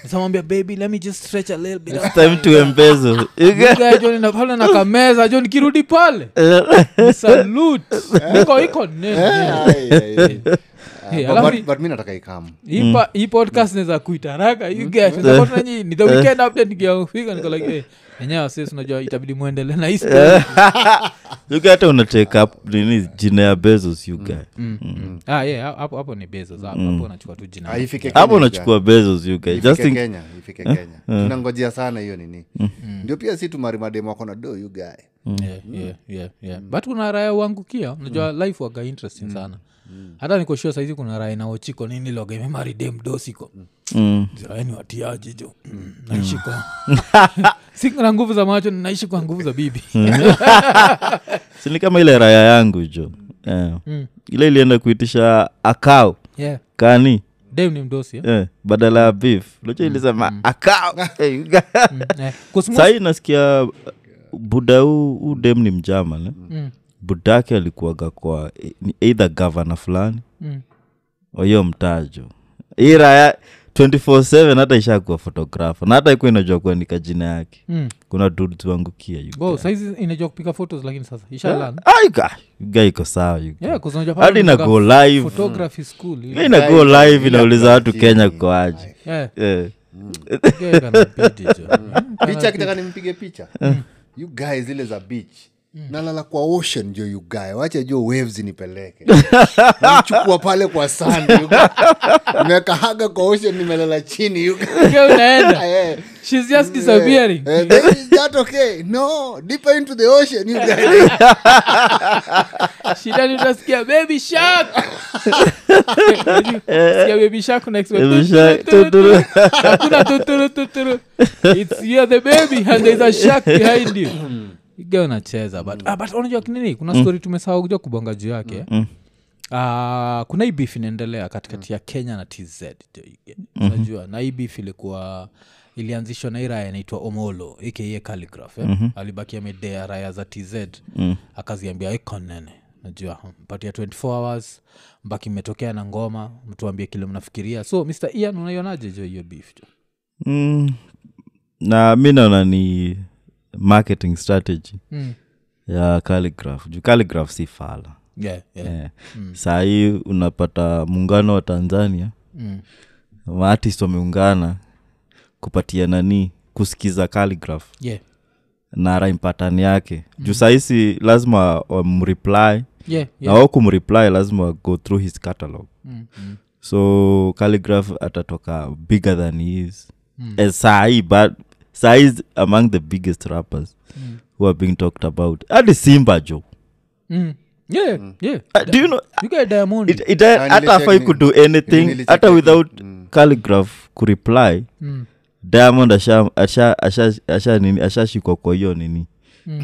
[SPEAKER 1] samwambia baby let me just stretch a little bit
[SPEAKER 3] time to embezo
[SPEAKER 1] Nikae jo nina- pale na kameza jo nikirudi pale
[SPEAKER 2] Eh.
[SPEAKER 1] ni salute niko iko nene
[SPEAKER 2] Ai, ai, ai.
[SPEAKER 1] Hey,
[SPEAKER 2] Eh. Ah, But-
[SPEAKER 1] alafu
[SPEAKER 2] but- Mm. but mi nataka ikam
[SPEAKER 1] hii pa- hii podcast naweza kuitaraga
[SPEAKER 2] Eh.
[SPEAKER 1] ni the weekend update nikiafika niko like hey, enyewe sisi unajua itabidi muendele na hii story.
[SPEAKER 2] Eh.
[SPEAKER 3] yuga hata una take up nini jina ya bezos yuga
[SPEAKER 1] Ah, yeah, hapo hapo ni bezos hapo
[SPEAKER 3] Mm.
[SPEAKER 1] hapo unachukua tu jina
[SPEAKER 2] Ah, ifike Kenya,
[SPEAKER 3] hapo
[SPEAKER 2] you guy.
[SPEAKER 3] unachukua bezos yuga just
[SPEAKER 2] ifike
[SPEAKER 3] think Eh? Mm.
[SPEAKER 2] kenya ifike kenya tunangojea sana hiyo nini ndio pia si tumarimademu wako na do you guy
[SPEAKER 1] Yeah,
[SPEAKER 3] Mm.
[SPEAKER 1] yeah, yeah, yeah. but kuna raya uangukia unajua life waga
[SPEAKER 3] Mm.
[SPEAKER 1] interesting sana hata nikoshua saizi kuna raya inaochiko nini loga imemaridee mdosiko
[SPEAKER 3] Mm.
[SPEAKER 1] ziraeni watiaji jo Mm. naishi kwa siku na nguvu za macho ninaishi kwa nguvu za bibi
[SPEAKER 3] Mm. si ni kama ile raya yangu jo Eh. ile ilienda kuitisha akao
[SPEAKER 1] yeah.
[SPEAKER 3] kani
[SPEAKER 1] dem ni mdosi eh?
[SPEAKER 3] eh, badala ya beef locha ilisema akao Eh, you guy.
[SPEAKER 1] Eh, 'cause most-
[SPEAKER 3] sahii nasikia buda huu huu dem ni mjama ne
[SPEAKER 1] Mm.
[SPEAKER 3] budake alikuaga kwa eh, ni either gavana fulani
[SPEAKER 1] Mm.
[SPEAKER 3] wahiyo mtajo hii raya 247 hata ishakuwa fotografa na hata ikuwa inajua kuandika jina yake
[SPEAKER 1] Mm.
[SPEAKER 3] kuna dudes wangukia you
[SPEAKER 1] Wow,
[SPEAKER 3] guy.
[SPEAKER 1] saizi inajua kupiga photos lakini sasa ishalan
[SPEAKER 3] Ah, you guy- you guy iko sawa you guy.
[SPEAKER 1] yeah, 'cause unajua
[SPEAKER 3] hadi
[SPEAKER 1] pale
[SPEAKER 3] ina
[SPEAKER 1] unakaa
[SPEAKER 3] go live Mm.
[SPEAKER 1] photography school
[SPEAKER 3] Ile ina go
[SPEAKER 2] Guy,
[SPEAKER 3] live inauliza watu
[SPEAKER 2] yeah.
[SPEAKER 3] kenya kwaji
[SPEAKER 1] yeah,
[SPEAKER 3] Eh.
[SPEAKER 1] yeah, kana bidii jo. Eh.
[SPEAKER 2] picha akitaka nimpige picha you guy Mm. zile za beach
[SPEAKER 1] Mm.
[SPEAKER 2] nalala kwa ocean jo yugae wacha jo waves nipeleke chukua pale kwa sand nimekahaga kwa ocean nimelala chini yuga
[SPEAKER 1] Ukiwa unaenda
[SPEAKER 2] Eh,
[SPEAKER 1] she's just disappearing
[SPEAKER 2] eh, then is that okay no deeper into the ocean you guys
[SPEAKER 1] shidani utasikia baby shark Sikia baby shark next week.
[SPEAKER 3] Baby shark,
[SPEAKER 1] Tuturu, hakuna tuturu tuturu it's you are the baby and there's a shark behind you iga unacheza but, ah, but unajua kinini kuna story tumesahau kuja kubonga juu yake Ah, kuna hii beef inaendelea katikati ya kenya na tz unajua na hii beef ilikuwa ilianzishwa na hii raya inaitwa omolo aka calligraph eh? alibaki amedea raya za tz akaziambia ikonene najua mpatia 24 hours mbaki mmetokea na ngoma mtuambie kile mnafikiria so mr ian unaionaje jo hiyo beef jo
[SPEAKER 3] mm, na mi naona ni marketing strategy
[SPEAKER 1] Mm.
[SPEAKER 3] ya calligraph juu calligraph si fala
[SPEAKER 1] yeah, yeah.
[SPEAKER 3] yeah. mm. sahii unapata muungano wa tanzania
[SPEAKER 1] Mm.
[SPEAKER 3] maartist wameungana kupatia nani kusikiza calligraph
[SPEAKER 1] Yeah.
[SPEAKER 3] na raimpatani yake
[SPEAKER 1] Mm.
[SPEAKER 3] juu sahisi lazima wamreply
[SPEAKER 1] Yeah,
[SPEAKER 3] na
[SPEAKER 1] yeah.
[SPEAKER 3] wao kumreply lazima go through his catalog
[SPEAKER 1] Mm, mm,
[SPEAKER 3] so calligraph atatoka bigger than he is mm. sahii but sahii is among the biggest rappers mm. who are being talked about hadi simba jo
[SPEAKER 1] mm. Yeah, yeah.
[SPEAKER 3] Uh, do you know
[SPEAKER 1] You got Diamond.
[SPEAKER 3] it, it, hata afai
[SPEAKER 2] nilicheck
[SPEAKER 3] kudo anything
[SPEAKER 2] nilicheck
[SPEAKER 3] hata
[SPEAKER 2] nini.
[SPEAKER 3] without calligraph kureply
[SPEAKER 1] Mm.
[SPEAKER 3] diamond asha- asha- asha- asha nini- ashashikwa kwa hiyo nini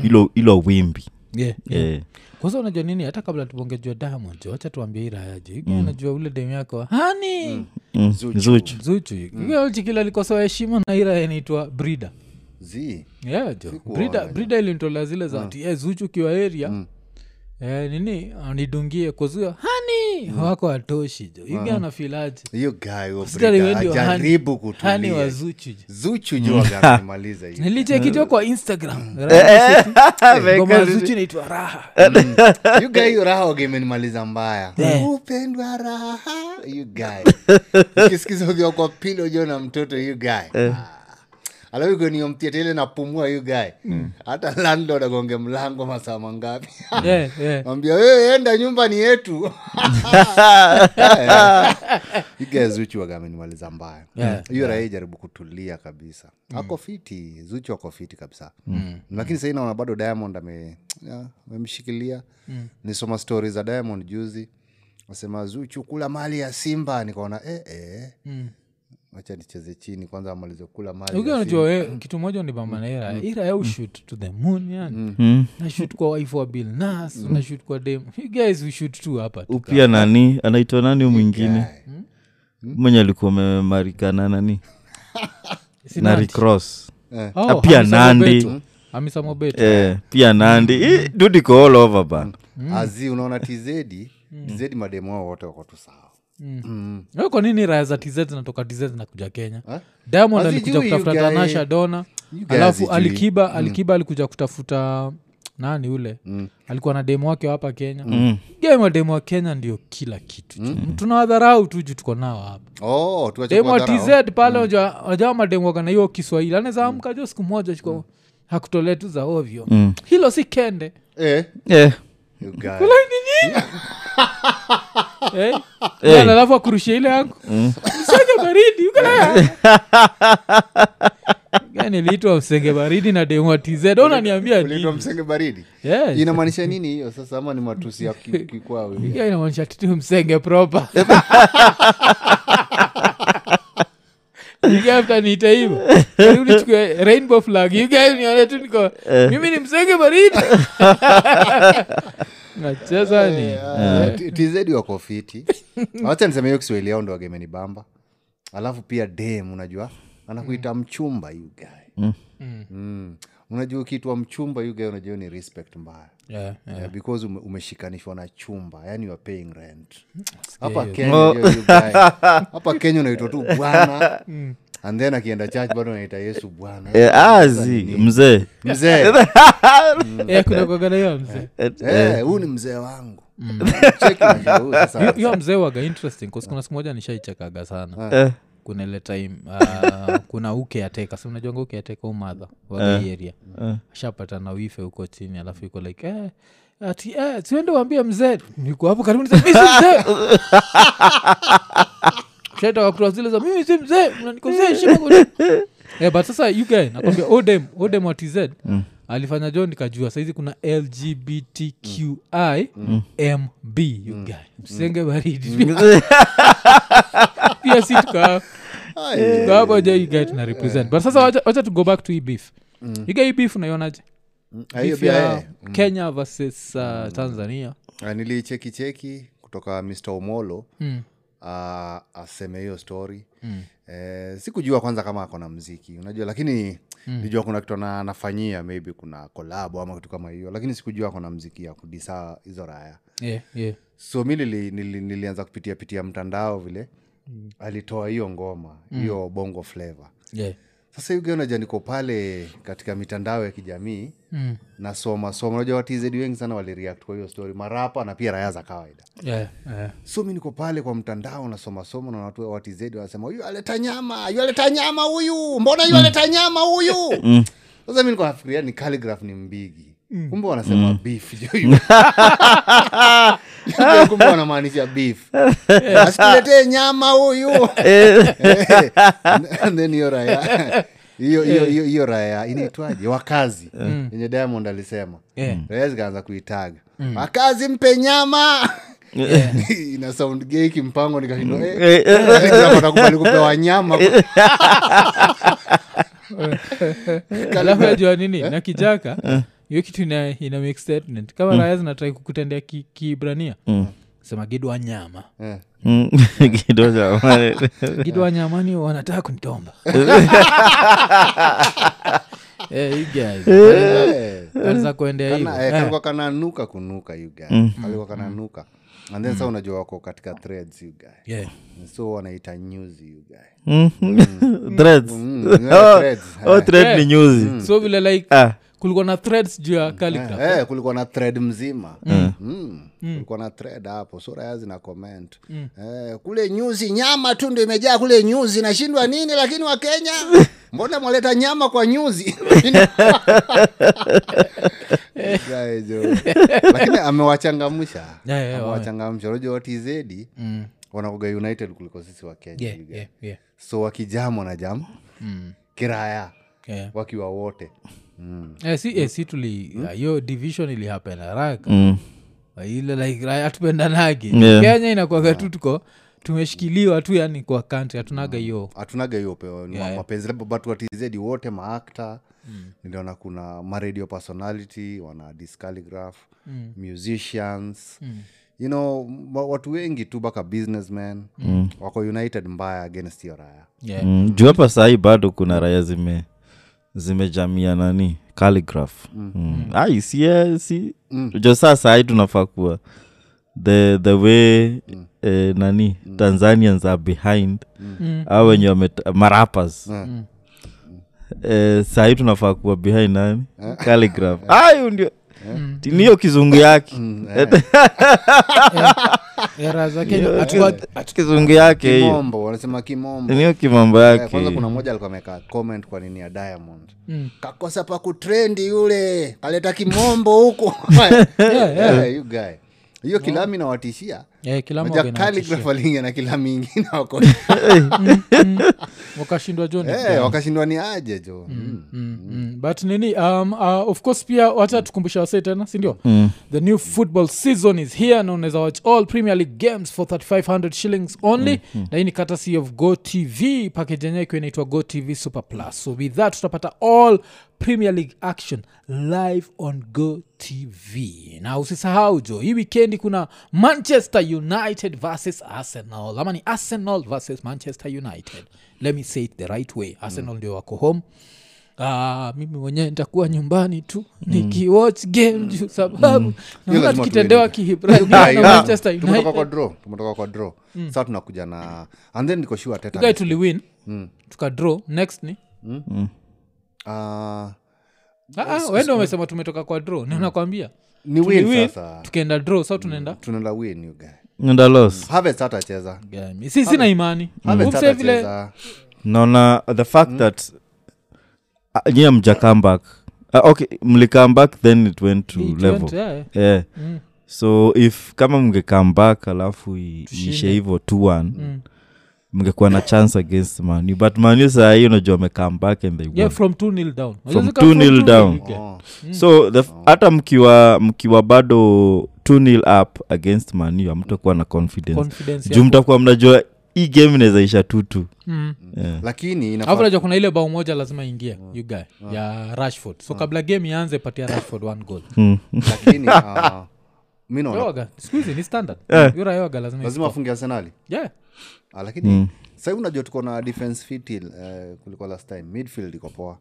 [SPEAKER 3] hilo hilo wimbi
[SPEAKER 1] Yeah, Mm. yeah.
[SPEAKER 3] Eh.
[SPEAKER 1] kwanza unajua nini hata kabla tubongejua diamond jo, wacha tuambie irayaje mm. unajua ule demu yako hani
[SPEAKER 3] Mm, zuchu
[SPEAKER 1] zuchu
[SPEAKER 2] Mm.
[SPEAKER 1] mzuchukila likosoa heshima na ira inaitwa brida
[SPEAKER 2] z
[SPEAKER 1] yeah, jo brida, brida ilinitolea zile
[SPEAKER 2] Mm.
[SPEAKER 1] za ati "Eh, zuchu kiwa area eh, nini anidungie kozua hani
[SPEAKER 2] Mm.
[SPEAKER 1] wako atoshi jo igi anafilaje
[SPEAKER 2] hiyo guy wa
[SPEAKER 1] Sister
[SPEAKER 2] Mm. Brida
[SPEAKER 1] Wendy wa Hani-
[SPEAKER 2] ajaribu
[SPEAKER 1] hani wa
[SPEAKER 2] kutulia
[SPEAKER 1] zuchu jo
[SPEAKER 2] zuchu nyoga amemaliza hiyo Eh.
[SPEAKER 1] nilichekijwa kwa instagram Raya City. Ngoma ya zuchu inaitwa raha
[SPEAKER 2] Eh. you guy raha wagemenimaliza mbaya upendwa raha you guy ukisikiza ukiwa kwa pilo jo na mtoto you guy Ah. alafu kwenye mtiete ile napumua you guy hata landlord agonge mlango masaa mangapi
[SPEAKER 1] yeah, yeah.
[SPEAKER 2] ambia wewe enda nyumba ni yetu iga zuchu wagamenimaliza mbaya
[SPEAKER 1] Yeah. Mm.
[SPEAKER 2] hiyo raia jaribu kutulia kabisa ako fiti zuchu ako fiti kabisa Mm. lakini sahii naona bado diamond ame- ya, amemshikilia
[SPEAKER 1] Mm.
[SPEAKER 2] nisoma stori za diamond juzi asema zuchu kula mali ya simba nikaona eh, eh.
[SPEAKER 1] Mm.
[SPEAKER 2] wacha nicheze chini kwanza amalize kula mali ya
[SPEAKER 1] ukiwa
[SPEAKER 2] simba.
[SPEAKER 1] unajua we kitu moja nibamba na ira ira
[SPEAKER 2] Mm.
[SPEAKER 1] ya ushut to the moon yani
[SPEAKER 3] Mm.
[SPEAKER 1] nashut kwa wife wa bill nas
[SPEAKER 2] Mm.
[SPEAKER 1] unashut kwa dem you guys we shoot tu hapa tu
[SPEAKER 3] upia nani anaitwa nani huyu mwingine Hmm? mwenye alikuwa amemarikana nani
[SPEAKER 1] Si
[SPEAKER 3] na
[SPEAKER 1] Nandi?
[SPEAKER 3] recross
[SPEAKER 1] Oh,
[SPEAKER 3] na pia
[SPEAKER 1] Hamisa
[SPEAKER 3] Nandi.
[SPEAKER 1] Mobeto.
[SPEAKER 2] Mm.
[SPEAKER 1] Hamisa Mobeto.
[SPEAKER 3] eh, pia nandi Eh, dude iko all over bana
[SPEAKER 1] Mm.
[SPEAKER 2] azi unaona tizedi tizedi mademu wao wote wako tu sawa
[SPEAKER 1] Wewe kwa nini raya za tz zinatoka tz zinakuja kenya diamond
[SPEAKER 2] Eh? Hazijui
[SPEAKER 1] alikuja kutafuta
[SPEAKER 2] you guys.
[SPEAKER 1] tanasha dona
[SPEAKER 2] guys
[SPEAKER 1] alafu
[SPEAKER 2] hazijui. Mm.
[SPEAKER 1] alikiba alikiba alikuja kutafuta nani ule alikuwa na demu wake wa hapa kenya mm. mademu wa kenya ndio kila kitu mm. tunawadharau tu juu tuko nao hapa
[SPEAKER 2] oh, tuache
[SPEAKER 1] demo
[SPEAKER 2] kuwadharau.
[SPEAKER 1] tz pale wajaa mademwaga na hiyo kiswahili anaweza amka jo siku moja chika hakutolea tu za ovyo
[SPEAKER 3] Mm. Hmm.
[SPEAKER 1] hilo si kende
[SPEAKER 2] eh,
[SPEAKER 3] eh,
[SPEAKER 2] you guys.
[SPEAKER 1] eh? Na alafu akurushia ile yangu msenge baridi uko na- Ya, Yaani niliitwa msenge baridi na demwa tz unaniambia
[SPEAKER 2] uliitwa
[SPEAKER 1] nini
[SPEAKER 2] msenge baridi
[SPEAKER 1] Yeah.
[SPEAKER 2] inamaanisha nini hiyo sasa ama ni matusi ya ki- kikwawe
[SPEAKER 1] Hiyo inamaanisha titi msenge proper niita hivo nichukue Yaani rainbow flag You guys nione tu niko mimi ni msenge baridi nacheza
[SPEAKER 2] Eh,
[SPEAKER 1] ni
[SPEAKER 2] ah, tizedi wako fiti wacha niseme hiyo kiswahili yao ndo wagemeni bamba alafu pia dem unajua anakuita mchumba you guy Mm. unajua ukiitwa mchumba you guy unajua ni respect mbaya
[SPEAKER 1] Yeah, yeah.
[SPEAKER 2] Yeah, because ume, umeshikanishwa na chumba yani you are paying rent hapa
[SPEAKER 1] hiyo.
[SPEAKER 2] kenya hiyo, you guy. hapa kenya unaitwa tu bwana and then akienda church bado unaita yesu bwana
[SPEAKER 3] eh, azi mzee
[SPEAKER 2] mzee
[SPEAKER 1] Eh, kuna kuagana hiyo mzee
[SPEAKER 2] Eh, huu ni mzee wangu Cheki unajua huyu sasa
[SPEAKER 1] hiyo mzee waga interesting 'cause kuna siku moja nishaichekaga sana
[SPEAKER 3] Eh,
[SPEAKER 1] Kuna kuna ile time uh, kuna uke ateka si unajuanga uke ateka umadha area
[SPEAKER 3] Eh.
[SPEAKER 1] ashapata na wife huko chini alafu iko like eh, ati eh, siende uambie mzee niko hapo karibu niseme, "Mimi si mzee shataka kutoa zile za mimi si mzee mnanikosea heshima kuna- Eh, but sasa you guy nakwambia odem odem wa tz
[SPEAKER 2] Mm.
[SPEAKER 1] alifanya jo nikajua saizi kuna lgbtqi mb
[SPEAKER 2] Mm.
[SPEAKER 1] you guy msenge baridi pia si tuka tuka hapo je you guy tuna represent
[SPEAKER 2] Eh.
[SPEAKER 1] but sasa wacha- wacha to go back to hii beef you guy hii beef unaionaje
[SPEAKER 2] Mm. Ah, hiyo
[SPEAKER 1] beef
[SPEAKER 2] pia,
[SPEAKER 1] ya
[SPEAKER 2] eh,
[SPEAKER 1] kenya versus uh,
[SPEAKER 2] Mm.
[SPEAKER 1] tanzania
[SPEAKER 2] ah, nilichekicheki kutoka mr omolo
[SPEAKER 1] Mm.
[SPEAKER 2] ah, aseme hiyo story Eh, sikujua kwanza kama ako na mziki unajua lakini nijua kuna kitu ana- anafanyia maybe kuna kolabo ama kitu kama hiyo lakini sikujua ako na mziki ya kudisa hizo raya
[SPEAKER 1] yeah, yeah.
[SPEAKER 2] so mi nili, nili, nilianza kupitia pitia mtandao vile alitoa hiyo ngoma hiyo bongo flavor
[SPEAKER 1] yeah.
[SPEAKER 2] sasa hiyo unaja niko pale katika mitandao ya kijamii
[SPEAKER 1] Mm.
[SPEAKER 2] nasoma soma unajua watizedi wengi sana walireact kwa hiyo story marapa na pia raya za kawaida
[SPEAKER 1] yeah, yeah.
[SPEAKER 2] so mi niko pale kwa mtandao nasomasoma na watu watizedi wanasema huyu aleta nyama yu aleta nyama huyu mbona yu aleta nyama huyu sasa mi niko nafikiria ni calligraph ni mbigi kumbe wanasema beef jo yu. Kumbe- kumbe wanamaanisha beef asituletee nyama huyu And then hiyo raya hiyo hiyo hiyo hiyo raya inaitwaje wakazi yenye diamond alisema
[SPEAKER 1] Yeah.
[SPEAKER 2] raya zikaanza kuitag wakazi mpe nyama ina sound gay kimpango nikashindwa eh, Telegram watakubali kupewa nyama
[SPEAKER 1] alafu najua nini
[SPEAKER 2] Eh?
[SPEAKER 1] na kijaka hiyo kitu ina, ina make statement
[SPEAKER 2] Mm.
[SPEAKER 1] kama raya zinatrai kukutendea ki- kiibrania sema gidwa nyama
[SPEAKER 2] Eh,
[SPEAKER 3] Mm. Kidogo cha-
[SPEAKER 1] gidwa nyamani wanataka kunitomba Eh, you guys.
[SPEAKER 2] eh,
[SPEAKER 1] Kanza kuendea
[SPEAKER 2] kana- eh,
[SPEAKER 1] hivo
[SPEAKER 2] kalikuwa kananuka kunuka you guy. kalikuwa kananuka and then sa unajua wako katika threads you guy. so wanaita nyuzi you guy.
[SPEAKER 3] Dreads.
[SPEAKER 2] Mm, yeah, threads,
[SPEAKER 3] Hmm. Oh,
[SPEAKER 2] eh.
[SPEAKER 3] dread ni nyuzi
[SPEAKER 1] so vile like
[SPEAKER 3] Ah.
[SPEAKER 1] kulikuwa na threads juu ya calligraph.
[SPEAKER 2] Eh, eh, kulikuwa na thread mzima Mm, kulikuwa na thread hapo sura ya zina comment
[SPEAKER 1] Mm.
[SPEAKER 2] eh, kule nyuzi nyama tu ndo imejaa kule nyuzi nashindwa nini lakini wakenya mbona mwaleta nyama kwa nyuzi Guys, yo. lakini amewachangamsha
[SPEAKER 1] Yeah, yeah, Mm.
[SPEAKER 2] amewachangamsha unajua watizedi wanakuga united kuliko sisi wakenya
[SPEAKER 1] Yeah,
[SPEAKER 2] you guys.
[SPEAKER 1] yeah, yeah. Mm.
[SPEAKER 2] so wakijam wanajam kiraya
[SPEAKER 1] Yeah.
[SPEAKER 2] wakiwa wote Mm.
[SPEAKER 1] Eh, si, eh, si tuli
[SPEAKER 2] Hmm?
[SPEAKER 1] ah, hiyo division ilihapen haraka
[SPEAKER 3] Mm.
[SPEAKER 1] Ah, ile like ah, hatupendanagi
[SPEAKER 3] Yeah.
[SPEAKER 1] kenya inakuaga tu tuko tumeshikiliwa tu yani kwa kantri hatunaga hiyo
[SPEAKER 2] hatunaga hiyo peo ni ma- mapenzi labda batu watizedi wote maakta
[SPEAKER 1] Mm.
[SPEAKER 2] niliona kuna maradio personality wana discaligraph
[SPEAKER 1] Mm.
[SPEAKER 2] musicians you know ma- watu wengi tu mpaka businessmen
[SPEAKER 1] Mm.
[SPEAKER 2] wako united mbaya against hiyo raya
[SPEAKER 1] yeah.
[SPEAKER 3] Mm, juu hapa sahii bado kuna raya zime zimejamia nani calligraph mm. ai si, eh, si.
[SPEAKER 2] Mm.
[SPEAKER 3] jo saa sahii tunafaa kuwa the, the way
[SPEAKER 2] Mm.
[SPEAKER 3] eh, nani tanzanians are behind
[SPEAKER 1] Mm.
[SPEAKER 3] au wenye wame- marappers Eh, sahii tunafaa kuwa behind nani
[SPEAKER 2] Eh.
[SPEAKER 3] calligraph ayu ndio niyo kizungu yake
[SPEAKER 2] Mm.
[SPEAKER 1] era za kenya hatuwa-
[SPEAKER 3] kizungu yake hiyo
[SPEAKER 2] kimombo wanasema kimombo
[SPEAKER 3] niyo kimambo
[SPEAKER 2] Eh,
[SPEAKER 3] yake
[SPEAKER 2] kwanza
[SPEAKER 3] hiyo.
[SPEAKER 2] kuna mmoja alikuwa ameka comment kwa nini ya diamond
[SPEAKER 1] Mm.
[SPEAKER 2] kakosa pa kutrendi yule kaleta kimombo huko Yeah, you guy hiyo kilami nawatishia
[SPEAKER 1] Eh, kila mmoja
[SPEAKER 2] Unajua
[SPEAKER 1] inawatishia.
[SPEAKER 2] calligraph aliingia na kila mingine wako
[SPEAKER 1] wakashindwa jo ni-
[SPEAKER 2] Eh, wakashindwa ni aje jo Mm.
[SPEAKER 1] Mm, mm. but nini um, uh, of course pia wacha tukumbusha wasee tena sindio the new football season is here na unaweza watch all premier league games for 3500 shillings only na hii ni courtesy of go tv package yenyewe ikiwa inaitwa go tv super plus so with that tutapata all premier league action live on go tv na usisahau jo hii wikendi kuna manchester united versus arsenal ama ni arsenal versus manchester united let me say it the right way arsenal ndio wako home Ah, mimi mwenyewe nitakuwa nyumbani tu nikiwatch game juu sababu naona
[SPEAKER 2] lazima
[SPEAKER 1] tukitendewa
[SPEAKER 2] Ah,
[SPEAKER 1] kihibrania na
[SPEAKER 2] yeah.
[SPEAKER 1] manchester
[SPEAKER 2] tumetoka kwa
[SPEAKER 1] united Mm.
[SPEAKER 2] draw tumetoka kwa draw saa tunakuja na and then niko sure Arteta
[SPEAKER 1] tukae
[SPEAKER 2] ame-
[SPEAKER 1] tuliwin tukadraw next ni
[SPEAKER 2] Ah,
[SPEAKER 1] Ah, ah, wendo umesema tumetoka kwa draw nanakwambia
[SPEAKER 2] ni win sasa Mm.
[SPEAKER 1] tukaenda draw sa tunaenda
[SPEAKER 2] tunaenda win you guy
[SPEAKER 3] ndalos
[SPEAKER 2] havet hatacheza
[SPEAKER 1] Gani. si sina imani
[SPEAKER 2] havet
[SPEAKER 1] Umse eh, vile
[SPEAKER 2] hatacheza
[SPEAKER 3] naona the fact mm. that uh, nyie mja come back uh, okay mlicome back then it went to
[SPEAKER 1] It
[SPEAKER 3] level
[SPEAKER 1] went, yeah, yeah.
[SPEAKER 3] yeah.
[SPEAKER 1] Mm,
[SPEAKER 3] so if kama mngekame back alafu i-
[SPEAKER 1] Tushinde.
[SPEAKER 3] iishe hivo 2
[SPEAKER 1] mm.
[SPEAKER 3] mngekuwa na chance against manu but manu sahii unajua amekame back and they
[SPEAKER 1] yeah,
[SPEAKER 3] won.
[SPEAKER 1] from two nil down
[SPEAKER 3] From
[SPEAKER 1] Unaweza
[SPEAKER 3] two
[SPEAKER 1] kama from
[SPEAKER 3] nil
[SPEAKER 1] two
[SPEAKER 3] down.
[SPEAKER 1] you get.
[SPEAKER 2] Oh.
[SPEAKER 1] Mm.
[SPEAKER 3] so the, f- hata mkiwa mkiwa bado 2 nil up against manu amtakuwa na confidence
[SPEAKER 1] Confidence
[SPEAKER 3] juu
[SPEAKER 1] yako.
[SPEAKER 3] mtakuwa mnajua hii game inawezaisha tutu
[SPEAKER 1] Mm.
[SPEAKER 2] lakini inafaa-
[SPEAKER 1] Alafu unajua kuna ile bao moja lazima ingia you guy ya rashford so kabla game ianze patia rashford one goal
[SPEAKER 2] lakini ah, mi naona
[SPEAKER 1] yoga sikuhizi ni standard yura yoga lazima
[SPEAKER 2] lazima
[SPEAKER 1] iscore.
[SPEAKER 2] afunge arsenali
[SPEAKER 1] yeah
[SPEAKER 2] Ah,
[SPEAKER 3] Mm.
[SPEAKER 2] lakini sahii unajua tuko na defense fitil uh, kuliko last time midfield iko poa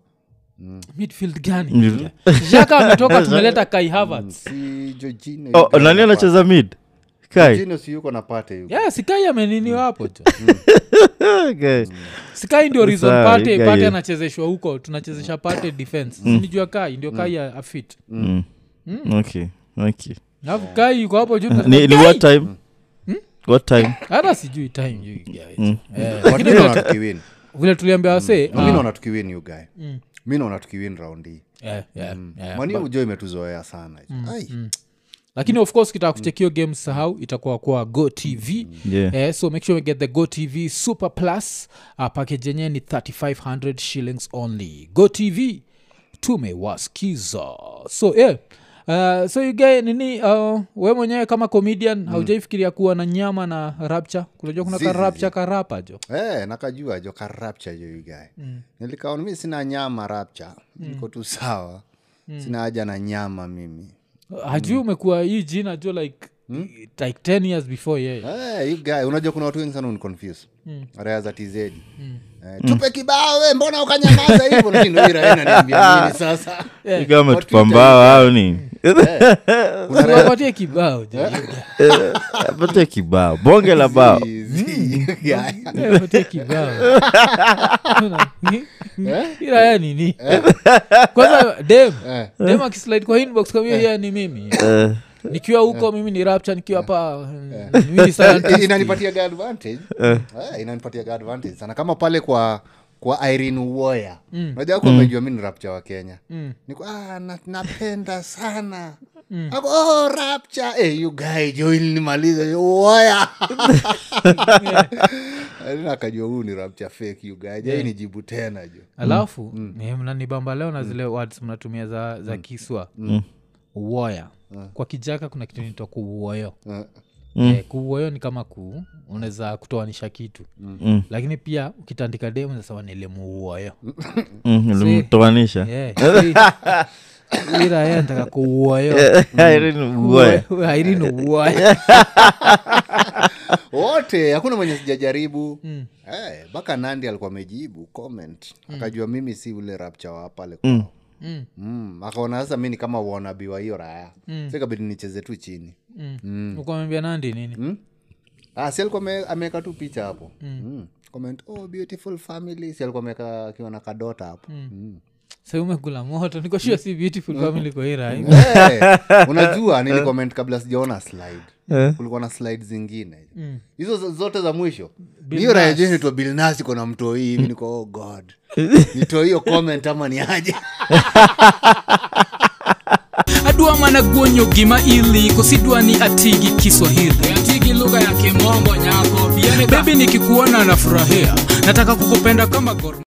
[SPEAKER 1] midfield gani shaka ametoka tumeleta kai havertz
[SPEAKER 2] si jorginho
[SPEAKER 3] oh,
[SPEAKER 2] yuko
[SPEAKER 3] nani
[SPEAKER 2] na
[SPEAKER 3] anacheza mid
[SPEAKER 2] Partey.
[SPEAKER 3] kai
[SPEAKER 2] Jorginho si yuko na pate yuko
[SPEAKER 1] yeah sikai ameniniwa hapo jo
[SPEAKER 3] okay.
[SPEAKER 1] sikai ndio reason
[SPEAKER 3] Sawa,
[SPEAKER 1] pate
[SPEAKER 3] Iga
[SPEAKER 1] pate
[SPEAKER 3] hiyo.
[SPEAKER 1] anachezeshwa huko tunachezesha pate defense sinijua kai ndio kai ya- afit
[SPEAKER 3] Mm. okay okay
[SPEAKER 1] alafu kai yuko hapo juu
[SPEAKER 3] Mm. ni, ni
[SPEAKER 1] Kai!
[SPEAKER 3] what time what time
[SPEAKER 1] hata sijui time you guys.
[SPEAKER 3] Mm.
[SPEAKER 1] Eh,
[SPEAKER 2] But
[SPEAKER 1] lakini
[SPEAKER 2] mi naona tukiwin
[SPEAKER 1] vile tuliambia wasee
[SPEAKER 2] mi
[SPEAKER 1] ah,
[SPEAKER 2] naona tukiwin you guy mi naona tukiwin round hii
[SPEAKER 1] eh, yeah,
[SPEAKER 3] Mm.
[SPEAKER 1] yeah.
[SPEAKER 2] mani ujo imetuzoea sana Ai,
[SPEAKER 1] lakini of course kitaka kuchekio game sahau itakuwa kwa go tv
[SPEAKER 3] Yeah.
[SPEAKER 1] eh, so make sure you get the go tv super plus uh, package yenyewe ni 3500 shillings only go tv tumewasikiza so yeah. Uh, so yugae nini uh, we mwenyewe kama comedian haujaifikiria kuwa na nyama na rapcha kunajua kuna
[SPEAKER 2] Zi, zi,
[SPEAKER 1] karapcha karapa jo
[SPEAKER 2] Eh, nakajua jo karapcha jo yugae mm. nilikaona mi sina nyama rapcha niko tu sawa sina haja na nyama mimi
[SPEAKER 1] hajui umekuwa hii jina jo like like 10 years before yeye
[SPEAKER 2] hey, Eh, guy unajua kuna watu wengi sana uniconfuse mm. raya za tz mm. eh, tupe kibao we mbona ukanyamaza hivo nananiambia nini sasa
[SPEAKER 3] ikiwa ametupambaa au ni
[SPEAKER 2] Kuna raya-
[SPEAKER 1] wapatie kibao jo
[SPEAKER 3] Eh, apate kibao bonge la bao
[SPEAKER 2] Zi- guy.
[SPEAKER 1] Nipatie kibao ila ya nini kwanza dem dem akislide kwa inbox kwa hiyo
[SPEAKER 2] Eh.
[SPEAKER 1] ya ni mimi nikiwa huko mimi ni rapture nikiwa hapa mimi ni
[SPEAKER 2] Eh,
[SPEAKER 1] scientist.
[SPEAKER 2] inanipatia ga advantage Eh, inanipatia ga advantage sana kama pale kwa kwa irene woya unajua mm. amejua mi ni rapcha wa kenya mm. niko ah, na, napenda sana mm. Ako, oh, rapcha hey, you guy jo ilinimaliza woya Alina akajua Yaani huyu ni rapcha fake you guy jai nijibu tena jo
[SPEAKER 1] alafu
[SPEAKER 2] Mm.
[SPEAKER 1] ni- mnanibamba leo na zile words mnatumia za, za kiswa uoya kwa kijaka kuna kitu nitwa kuuoyo
[SPEAKER 2] Eh,
[SPEAKER 1] eh, kuuoyo ni kama ku unaweza kutoanisha kitu
[SPEAKER 3] Mm.
[SPEAKER 1] lakini pia ukitandika demu nasema nilimuuoyo
[SPEAKER 3] Mm, ilimtoanisha
[SPEAKER 1] Yeah, see? ila yeye anataka kuuoyo
[SPEAKER 3] Irene Uwoya.
[SPEAKER 1] airini uoyo
[SPEAKER 2] wote hakuna mwenye sijajaribu mm. mpaka nandi alikuwa amejibu comment akajua mimi si ule rapcha wa pale kwao
[SPEAKER 1] Mm.
[SPEAKER 2] mm. akaona sasa mi ni kama wanabi wa hiyo raya mm. sikabidi nicheze tu chini
[SPEAKER 1] Mm. ukamwambia nandi nini
[SPEAKER 2] mm? ah, si alikuwa ame- ameweka tu picha hapo mm. Mm. comment oh beautiful family si alikuwa ameweka akiwa na kadota hapo mm. Mm.
[SPEAKER 1] Sasa umekula moto nikoshua si beautiful family kwa
[SPEAKER 2] Mm.
[SPEAKER 1] hira
[SPEAKER 2] hey, Eh. unajua nilicomment kabla sijaona slide
[SPEAKER 3] Eh.
[SPEAKER 2] kulikuwa na slide zingine
[SPEAKER 1] Mm.
[SPEAKER 2] hizo zo- zote za mwisho
[SPEAKER 1] Bill
[SPEAKER 2] hiyo
[SPEAKER 1] Nass.
[SPEAKER 2] rajenitwa bilnas iko na mtoi hivi niko oh god nitoe hiyo comment ama ni aje
[SPEAKER 4] adwa mana guonyo gima iliko sidwa ni atigi kiswahili atigi lugha ya kimombo nyako bebi nikikuona nafurahia nataka kukupenda kama gor